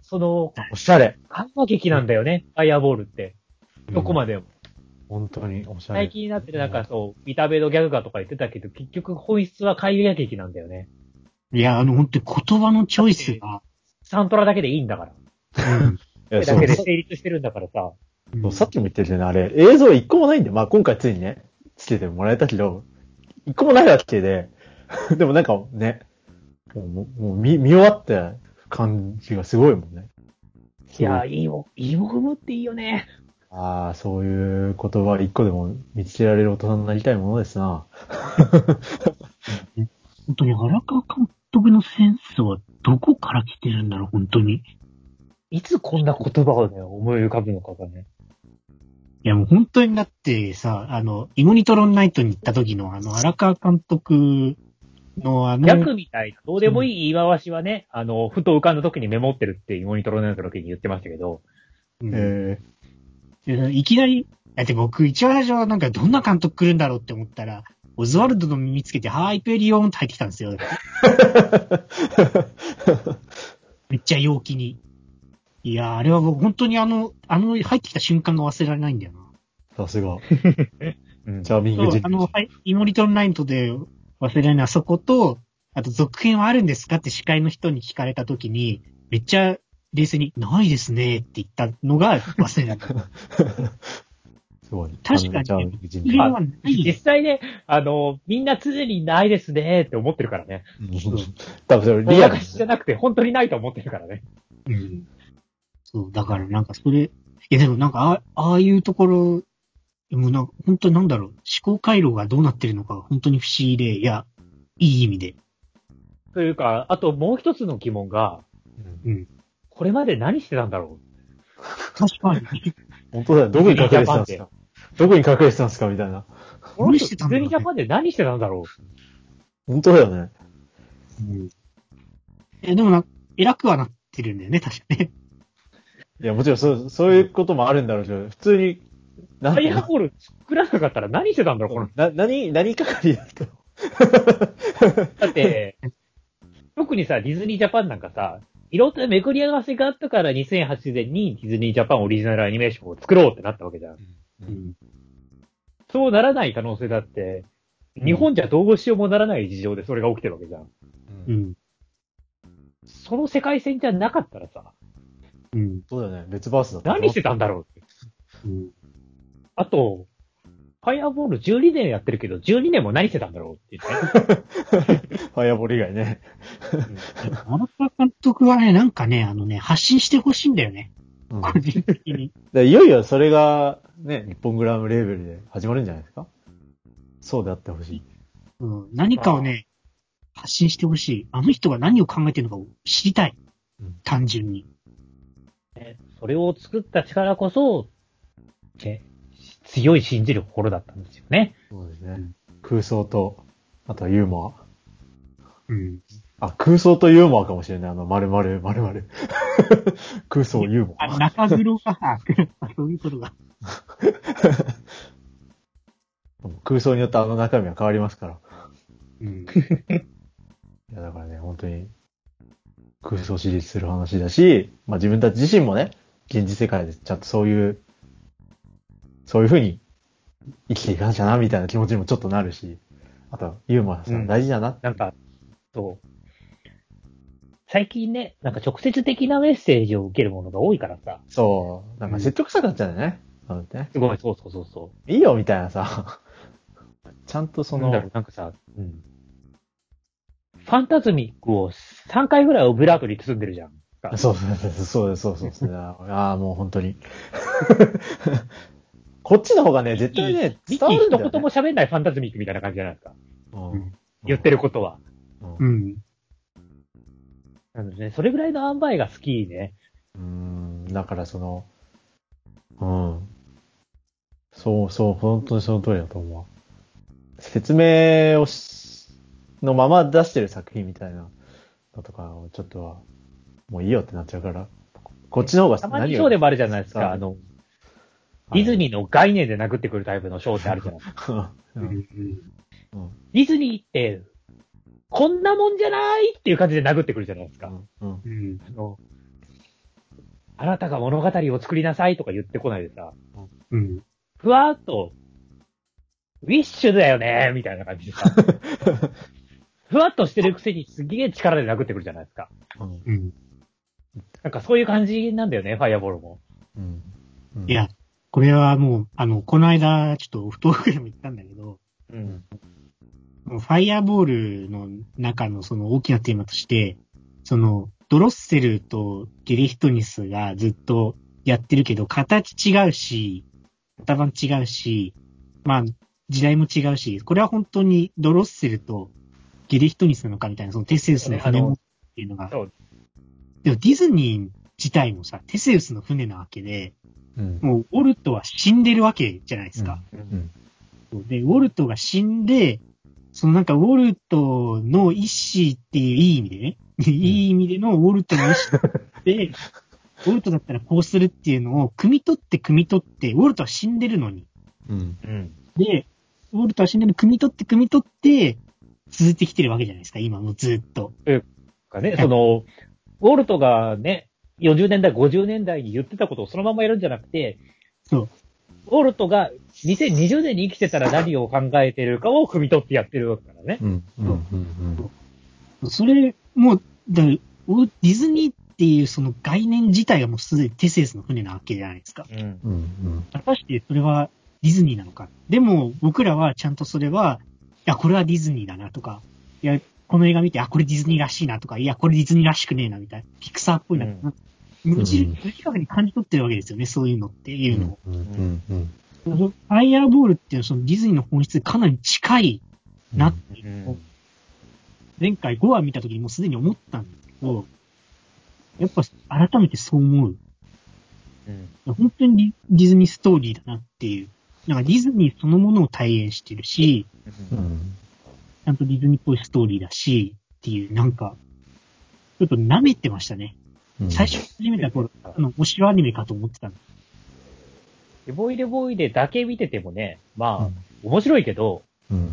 A: その、
B: おしゃれ。
A: 緩和劇なんだよね、ファイアボールって。どこまでも。
B: 本当におしゃれ。
A: 最近になってなんかそう、見た目のギャグかとか言ってたけど、結局本質は海外劇なんだよね。
C: いや、あの、本当に言葉のチョイスが、
A: サントラだけでいいんだから。
B: いや
A: だ
B: そ
A: け
B: う
A: で
B: さ
A: 成立してるんだからさ。
B: そうさっきも言ってるよね、あれ、映像一個もないんだよ。まあ今回ついにね、つけてもらえたけど、一個もないわけで、 でもなんかね、もうもうもう見見終わった感じがすごいもんね。
G: いやー、いいも、いいも踏むっていいよね。
B: ああ、そういう言葉一個でも見つけられる大人になりたいものですな。
C: 本当に荒川監督のセンスはどこから来てるんだろう、本当に。い
A: いつこんな言葉をね、思い浮かぶのかがね。
C: や、もう本当にだってさ、あの、イモニトロンナイトに行った時のあの、荒川監督のあの、
A: 逆みたいな、どうでもいい言い回しはね、あの、ふと浮かんだ時にメモってるって、モニトロネの時に言ってましたけど、
C: うん
B: え
C: でいきなり、だって僕、一番最初はなんかどんな監督来るんだろうって思ったら、オズワルドの見つけて、ハイペリオンって入ってきたんですよ。めっちゃ陽気に。いやー、あれは僕、本当にあの、あの、入ってきた瞬間が忘れられないんだよな。
B: ー、 さすが。
A: うん
B: チャーミング
C: そう
B: 人、
C: あの、はい、イモリトンライントで忘れられないあそこと、あと続編はあるんですかって司会の人に聞かれた時に、めっちゃ冷静に、ないですねって言ったのが忘れられ ない。
B: すごい。
C: 確かに
B: チャーミング人
C: いや、ない
A: 実
C: です。
A: 際ね、あの、みんな常にないですねって思ってるからね。
B: うん多分それ
A: リ
B: リ
A: ア
B: アル
A: ル
B: に
A: じゃなくて、本当にないと思ってるからね。
C: うん。そう、だからなんかそれ、いやでもなんかあ、ああいうところ、もうな、本当になんだろう、思考回路がどうなってるのか、本当に不思議で、いや、いい意味で。
A: というか、あともう一つの疑問が、これまで何してたんだろ
C: 確かに。
B: 本当だよ。どこに隠れてたんですかどこに隠れてたんですかみたいな。
A: うこの
C: 何し
A: 人、
C: て
A: デ
C: た
A: ィズ
C: んだろう
A: ニージャパンで何してたんだろ
B: 本当だよね。
C: うん。え、でもな、偉くはなってるんだよね、確かね。
B: いや、もちろんそう、そういうこともあるんだろうけど、普通に、
A: う
B: な
A: ファイアボール作らなかったら何してたんだろうこ の人。
B: な、何、何係だったの
A: だって、特にさ、ディズニージャパンなんかさ、いろんな巡り合わせがあったから2008年にディズニージャパンオリジナルアニメーションを作ろうってなったわけじゃん。
C: うん。
A: そうならない可能性だって、日本じゃどうしようもならない事情でそれが起きてるわけじゃん。
B: う。
C: うんん。
A: その世界線じゃなかったらさ、
C: うん。
B: そうだよね。別バースだった。
A: 何してたんだろうって。
C: うん。
A: あと、ファイアボール12年やってるけど、12年も何してたんだろうって言ってね。
B: ファイアボール以外ね。
C: 荒川監督はね、なんかね、あのね、発信してほしいんだよね。
B: うん
C: 個人的に。
B: でいよいよそれが、ね、日本グラムレーベルで始まるんじゃないですかそうであってほしい。
C: うん。何かをね、発信してほしい。あの人が何を考えてるのかを知りたい
B: うん。
C: 単純に。
A: それを作った力こそ、ね強い信じる心だったんですよね。
B: そうですね。空想と、あとはユーモ
C: うん。
B: ア。あ、空想とユーモアかもしれない。あの、まるまる、まるまる。 空想、ユーモ
C: あ、
B: ア。
C: 中黒が、あ そういうことが。
B: 空想によってあの中身は変わりますから。
C: うん。
B: いや、だからね、本当に、空想を支持する話だし、まあ自分たち自身もね、現実世界でちゃんとそういう、そういうふうに生きていかなきゃな、みたいな気持ちにもちょっとなるし、あと、ユーモアさ
A: うん
B: ん大事だな。
A: なんか、そう。最近ね、なんか直接的なメッセージを受けるものが多いからさ。
B: そう、なんか説得臭くなっちゃうんだよね。あのね
A: すごい、そうそうそうそ
B: いいよ、みたいなさ。 ちゃんと
A: う。
B: そ
A: なんだろ
B: の
A: う、、なんかさ、
B: うん、
A: ファンタズミックを3回ぐらいオブラートに包んでるじゃん。
B: そうそうそうそうそうそう。ああ、もう本 当に。こっちの方がね、絶対ね、
A: ミッ
B: 伝
A: キ
B: わ
A: ー
B: るんだ
A: 一
B: よ、
A: 言
B: ね
A: も。喋んないファンタズミックみたいな感じじゃないですか。
B: うん
A: 言ってることは。
C: うん。
A: なのでね、それぐらいの塩梅が好きね。
B: うーん、だからその、うん。そうそう、本当にその通りだと思う。説明をし、のまま出してる作品みたいなのとかをちょっとは、もういいよってなっちゃうから、こっちの方が
A: たまにショーで
B: も、
A: もあるじゃないです
B: 何を
A: か。あの、ディズニーの概念で殴ってくるタイプのショーってあるじゃないですか。
B: ー。う
C: うんん
A: ディズニーって、こんなもんじゃないっていう感じで殴ってくるじゃないですか。
B: うん
C: うん。
A: あの、あなたが物語を作りなさいとか言ってこないでさ、
C: うん。
A: ふわーっと、ウィッシュだよねみたいな感じで さ、ふわっとしてるくせにすげえ力で殴ってくるじゃないですか。
B: うん
C: うん。
A: なんかそういう感じなんだよね、ファイアボールも。
B: うんうん
C: いや、これはもう、あの、この間、ちょっと、不登校でも言ったんだけど、
A: うん。
C: ファイアボールの中のその大きなテーマとして、その、ドロッセルとゲリヒトニスがずっとやってるけど、形違うし、型番違うし、まあ、時代も違うし、これは本当にドロッセルとゲリヒトニスなのかみたいな、そのテセウスの船もっていうのが。
A: そう
C: でもディズニー自体もさ、テセウスの船なわけで、
B: うん。
C: もうウォルトは死んでるわけじゃないですか。
B: うん。
C: で、ウォルトが死んで、そのなんかウォルトの意思っていういい意味でね、いい意味でのウォルトの意思 で、ウォルトだったらこうするっていうのを、汲み取って汲み取って、ウォルトは死んでるのに。
B: うん。
A: うん。
C: で、ウォルトは死んでるのに汲み取って汲み取って、続いてきてるわけじゃないですか、今もうずっと。
A: かね、その、ウォルトがね、40年代、50年代に言ってたことをそのままやるんじゃなくて、
C: そう。
A: ウォルトが2020年に生きてたら何を考えてるかを汲み取ってやってるわけだからね。
B: うん。うん。
C: それ、もう、だからウォディズニーっていうその概念自体がもうすでにテセウスの船なわけじゃないですか。
A: うん。
B: うん。
C: 果たしてそれはディズニーなのか。でも僕らはちゃんとそれは、いや、これはディズニーだなとか、いや、この映画見て、あ、これディズニーらしいなとか、いや、これディズニーらしくねえなみたいな、ピクサーっぽいな。
A: う
C: 無自
B: うん
C: 無自覚に感じ取ってるわけですよね、そういうのっていうのを。
B: うん。
C: ファイアーボールっていうのはそのディズニーの本質にかなり近いなっていうのを、前回5話見た時にもうすでに思ったんですけど、やっぱ改めてそう思う。
A: うん。
C: 本当にディディズニーストーリーだなっていう。なんかディズニーそのものを体現してるし、
B: うん。
C: ちゃんとディズニーっぽいストーリーだし、っていう、なんか、ちょっと舐めてましたね。最初始めた頃、あの、推しアニメかと思ってたんで
A: でボイデボイデだけ見ててもね、
B: う
A: まあ
B: ん、
A: 面白いけど、
B: うん。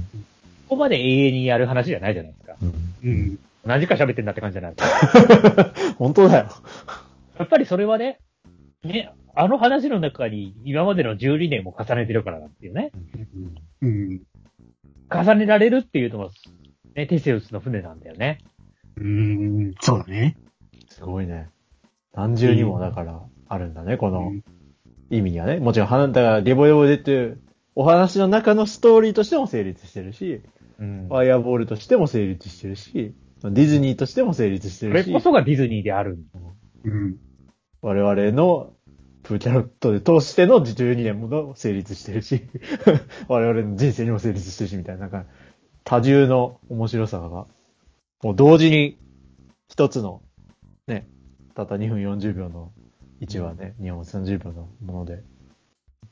A: ここまで永遠にやる話じゃないじゃないですか。
B: うん。
C: す。うん。
A: 何時間喋ってんだって感じじゃない。
B: 本当だよ。
A: やっぱりそれはね、ね、あの話の中に今までの12年も重ねてるからなんていうね。
C: うん。
A: 重ねられるっていうのは、ね、テセウスの船なんだよね。
C: うん、そうだね。
B: すごいね。何重にもだから、あるんだね、この意味がね。もちろん、はなだから、デボデボでっていう、お話の中のストーリーとしても成立してるし、
A: うん
B: ファイアボールとしても成立してるし、ディズニーとしても成立して
A: そ
B: る
A: れ
B: し
A: こ、そがディズニーである。
C: うん。
B: 我々のプーキャロットで通しての12年も成立してるし、 我々の人生にも成立してるし、みたいな、なんか、多重の面白さが、もう同時に一つの、ね、たった2分40秒の1話ね、2分30秒のもので、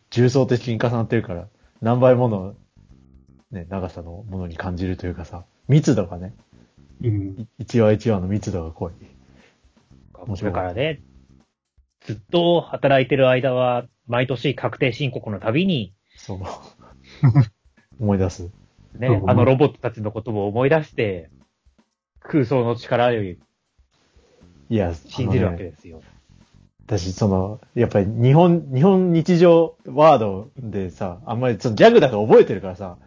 B: 重層的に重なってるから、何倍もの、ね、長さのものに感じるというかさ、密度がね、
C: うん。
B: 1話1話の密度が濃い。面白い
A: だからね、ずっと働いてる間は、毎年確定申告のたびに、
B: そう。思い出す。
A: ね
C: うんう、ん
A: あのロボットたちのことを思い出して、空想の力より
B: いや、
A: 信じるわ
B: あの
A: け
B: ね
A: ですよ。
B: 私、その、やっぱり日本、日本日常ワードでさ、あんまりそのギャグだから覚えてるからさ、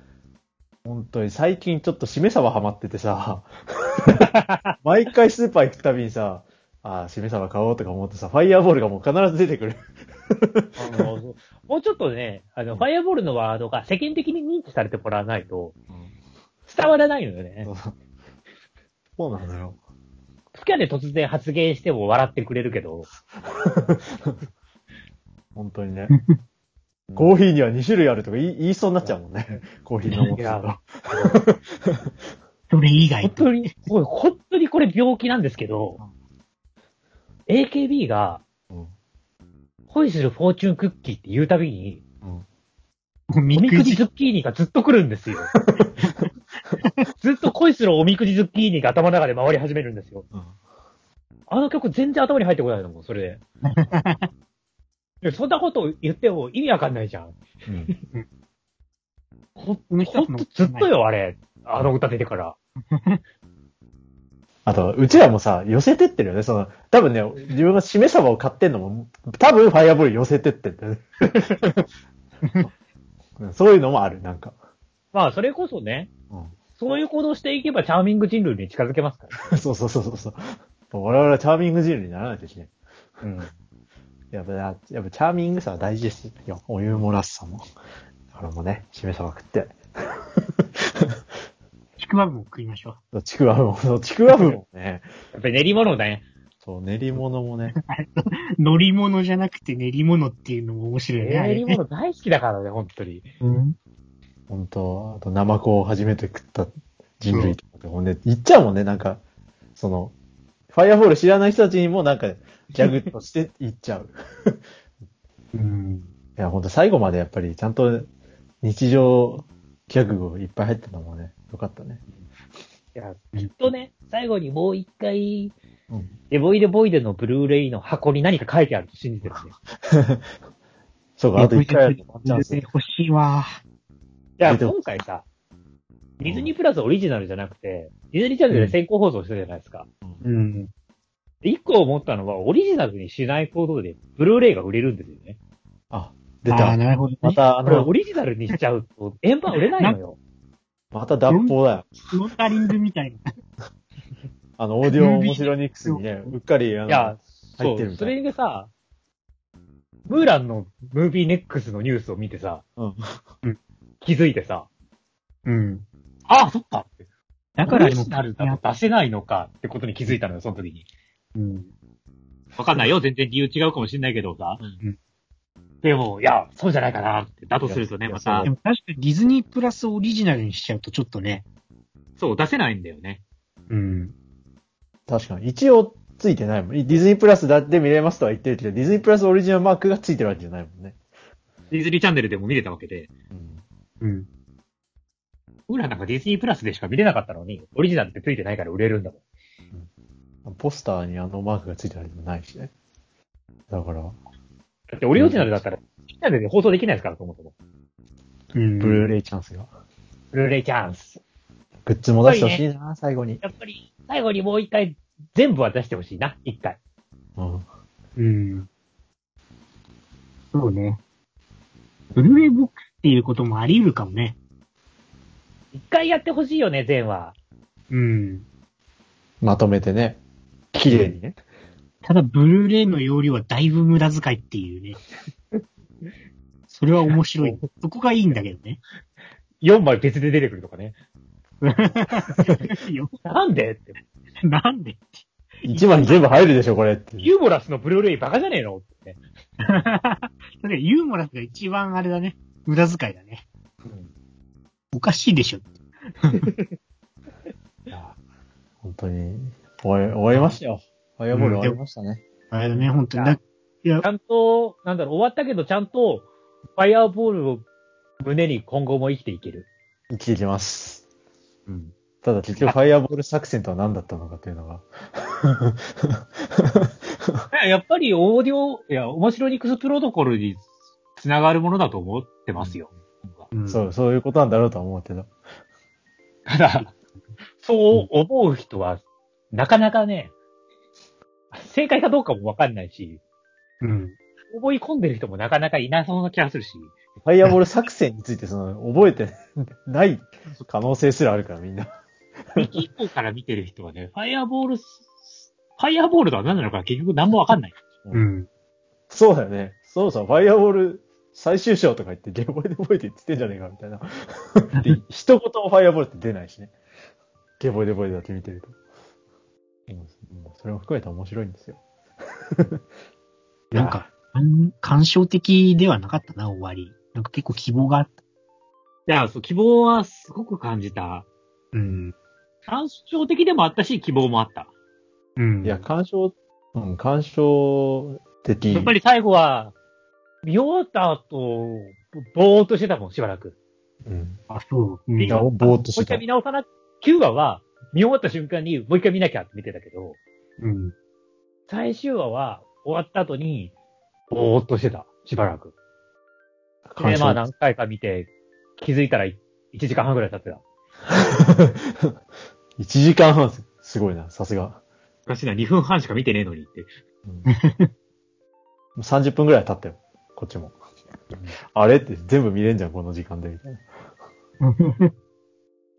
B: 本当に最近ちょっとしめ鯖ハマって てさ、毎回スーパー行くたびにさ、ああ、しめ鯖買おうとか思ってさ、ファイヤーボールがもう必ず出てくる。
A: あのもうちょっとね、あの、ファイアボールのワードが世間的に認知されてもらわないと、伝わらないのよね。
B: そうなのよ。
A: 好きやで突然発言しても笑ってくれるけど、
B: 本当にね。コーヒーには2種類あるとか言い言いそうになっちゃうもんね。コーヒー飲もうとする
A: いや
B: と。
C: それ以外
A: 本
C: と。
A: 当に、これ本当にこれ病気なんですけど、AKB が
B: うん、
A: 恋するフォーチュンクッキーって言うたびに、
C: み
A: おみく
C: くじ
A: じズッキーニがずっと来るん ですよ。ずっと恋するおみくじズッキーニが頭の中で回り始めるんですよ。
B: うん
A: あの曲全然頭に入ってこないのもん、それで。でそんなこと言っても意味わかんないじゃん。
B: うん
A: ほん
C: この
A: ほ
C: 人
A: んとずっと。よ、あれ。あの歌出てから。
B: あと、うちらもさ、寄せてってるよね。その、多分ね、自分がしめ鯖を買ってんのも、多分ファイアボール寄せてってんだよね。うん そういうのもある、なんか。
A: まあ、それこそね、
B: う
A: そういう行動していけばチャーミング人類に近づけますから。
B: ん、そうそうそうそうそう。我々はチャーミング人類にならないといけない。
A: うん。
B: やっぱな、やっぱチャーミングさは大事ですよ。お湯漏らすさも。これもね、しめ鯖食って。
C: くわぶも食いましょ
B: そうちくわぶも、そうちくわぶもね、
A: やっぱり練り物だね。
B: そう、練り物もね、
C: う。乗り物じゃなくて練り物っていうのも面白いよね。あ
A: 練
C: れ
A: り
C: ね
A: 物大好きだからね、本当に。
C: うん。
B: 本当あと、ナマコを初めて食った人類とかって、ほんで、言っちゃうもんね、なんか、その、ファイアボール知らない人たちにもなんか、ギャグとして言っちゃう。
C: うん。
B: いや、ほんと最後までやっぱりちゃんと日常ギャグをいっぱい入ってたもんね。よかったね。
A: いや、きっとね、最後にもう一回、
B: うん
A: エボイデボイデのブルーレイの箱に何か書いてあると信じてるね。
B: そうか、あと一回やるとワンチャンス。
C: 欲しいわ。
A: いや、
B: 出てます
A: 今回さ、ディズニープラスオリジナルじゃなくて、ディズニーチャンネルで先行放送してたじゃないですか。
C: うん。
A: で一個思ったのは、オリジナルにしないことで、ブルーレイが売れるんですよね。
B: あ、出
C: ああー、
B: た。
C: なるほど、ね。
B: また、あ
A: これ、
B: の
A: オ、リジナルにしちゃうと、円盤売れないのよ。
B: また脱法だよ。
C: フロータリングみたいな。
B: あの、オーディオ面白ニックスにね、うっかり、あ
A: いや
B: の、、
A: そ
B: 入ってる
A: う、
B: み
A: そ
B: たい
A: れでさ、ムーランのムービーネックスのニュースを見てさ、
B: うん
A: 気づいてさ、
C: うん。
A: ああ、そっかって。だ
C: だか
A: からら
C: でも
A: オリジナルだと出せないのかってことに気づいたのよ、その時に。
C: うん。
H: わかんないよ。全然理由違うかもしれないけどさ。
C: ん
A: でも、いや、そうじゃないかなって。
H: だとするとね、
B: いや
H: また
C: で、も確かにディズニープラスオリジナルにしちゃうとちょっとね。
H: そう、出せないんだよね。
C: うん。
B: 確かに。一応、ついてないもん。ディズニープラスだって見れますとは言ってるけど、ディズニープラスオリジナルマークがついてるわけじゃないもんね。
H: ディズニーチャンネルでも見れたわけで。
B: うん
C: うん。
A: ムーランなんかディズニープラスでしか見れなかったのに、オリジナルってついてないから売れるんだもん。
B: ポスターにあのマークがついてるわけじゃないしね。だから、
A: だってオリジナルだったら、チャンネルで放送できないですから、そもそも。
C: うん。
B: ブルーレイチャンスが。
A: ブルーレイチャンス。
B: グッズも出してほしいな、最後に。
A: やっぱり、最後にもう一回、全部は出してほしいな、一回。
B: うん。
C: うん。そうね。ブルーレイボックスっていうこともあり得るかもね。
A: 一回やってほしいよね、全話。
C: うん。
B: まとめてね。綺麗にね。
C: ただ、ブルーレイの容量はだいぶ無駄遣いっていうね。 それは面白い。そこがいいんだけどね。
A: 4枚別で出てくるとかね。
C: よ
A: なんでって。
C: なんで
B: 一番に全部入るでしょ、これって。
A: ユーモラスのブルーレイバカじゃねえのってね。
C: だからユーモラスが一番あれだね。無駄遣いだね。おかしいでしょ。
B: いや本当に、終え、終えましたよ。ファイアボール終わりましたね。
C: あれだね、本当に。
A: いや
C: だいや
A: ち、ゃんと、なんだろう、終わったけど、ちゃんと、ファイアーボールを胸に今後も生きていける。
B: 生きていきます。
H: うん。
B: ただ結局、ファイアボール作戦とは何だったのかというのが。
H: いややっぱりオーディオ、いや、面白ニクスプロトコルにつながるものだと思ってますよ。
C: うん
B: そう、そういうことなんだろうとは思うけど。
A: ただ、そう思う人は、なかなかね、正解かどうかもわかんないし、
C: うん。
A: 思い込んでる人もなかなかいなそうな気がするし、
B: ファイアボール作戦について、その、覚えて ない可能性すらあるから、みんな。
H: 以降から見てる人 はね、ファイアボール、ファイアボールとは何なのか結局何もわかんない。
C: うん。
B: そうだよね。そうそう、ファイアボール最終章とか言って、ゲボイでボイでって言ってんじゃねえか、みたいな。で、一言もファイアボールって出ないしね。ゲボイでボイでだけ見てると。うんそれも含めて面白いんですよ。
C: なんか、感感傷的ではなかったな、終わり。なんか結構希望があった。
H: いや、そう、希望はすごく感じた。
C: うん。
H: 感傷的でもあったし、希望もあった。
C: うん。
B: いや、干渉、うん、干渉的。
A: やっぱり最後は、見終わった後、ぼーっとしてたもん、しばらく。
B: うん。
C: あ、そう。うん
B: みんな、ぼーっと
A: もう
B: し
A: 一
B: て
A: 回
B: た
A: 見。直さな、9話は、見終わった瞬間にもう一回見なきゃって見てたけど、
C: うん。
A: 最終話は終わった後に、ぼーっとしてた、しばらく。
B: 干
A: で、まあ
B: 渉
A: 何回か見て、気づいたら1時間半ぐらい経ってた。
B: 1時間半す、すごいな、さすが。
H: おかしいな、2分半しか見てねえのにって。
B: うん、もう30分ぐらい経ったよ、こっちも。あれって全部見れんじゃん、この時間で、みたいな。い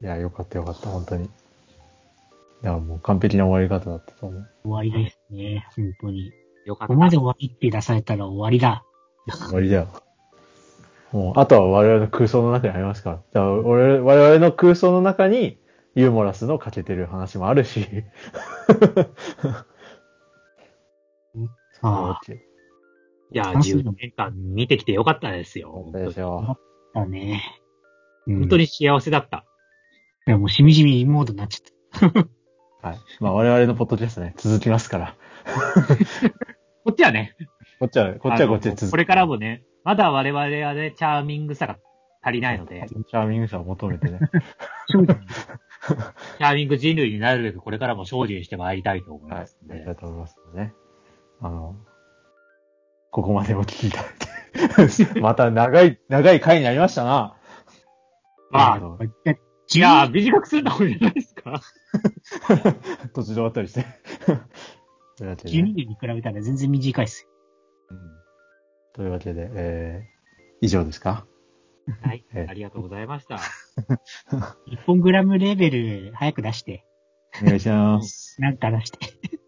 B: や、よかったよかった、本当に。いや、もう完璧な終わり方だったと思う。
C: 終わりですね、本当に。
H: よかっ
C: ここま
H: た。
C: で終わりって出されたら終わりだ。
B: 終わりだよ。もう、あとは我々の空想の中にありますから。だから我々我々の空想の中に、ユーモラスの欠けてる話もあるし。
C: あ
A: いや、
C: 楽しい
A: 10年間見てきてよかったですよ。
B: そ
A: 本
B: う
A: 当
B: で
A: に
B: しょ
C: あ、だね。
A: 本
C: 本
A: 当
C: 当に。い
A: に幸せだった。
C: や、もうしみじみイモードになっちゃった。
B: う。はい。まあ我々のポッドキャストね、続きますから。
A: こっちはね、
B: こっちは、こっちはこっち
A: あ
B: で続
A: の
B: き。
A: これからもね、まだ我々はね、チャーミングさが足りないので、
B: チャーミングさを求めてね。
A: チャーミング人類になるべくこれからも精進してまいりたいと思い
B: はい。あ
A: ますので、
B: りがとうございますのでね。あの、ここまでお聞きいただいて。 また長い、長い回になりましたな。
A: ま
B: あ
A: あ、
B: の
A: いや、短くするのもいいんじゃないですか。
B: 途中で終わったりして。 というわけでね、
C: 12年に比べたら全然短いっすよ。
B: うんというわけで、えー、以上ですか
A: はい
B: ええ。
A: ありがとうございました。
C: 1本グラムレベル早く出して、
B: お願いします。
C: なんか出して。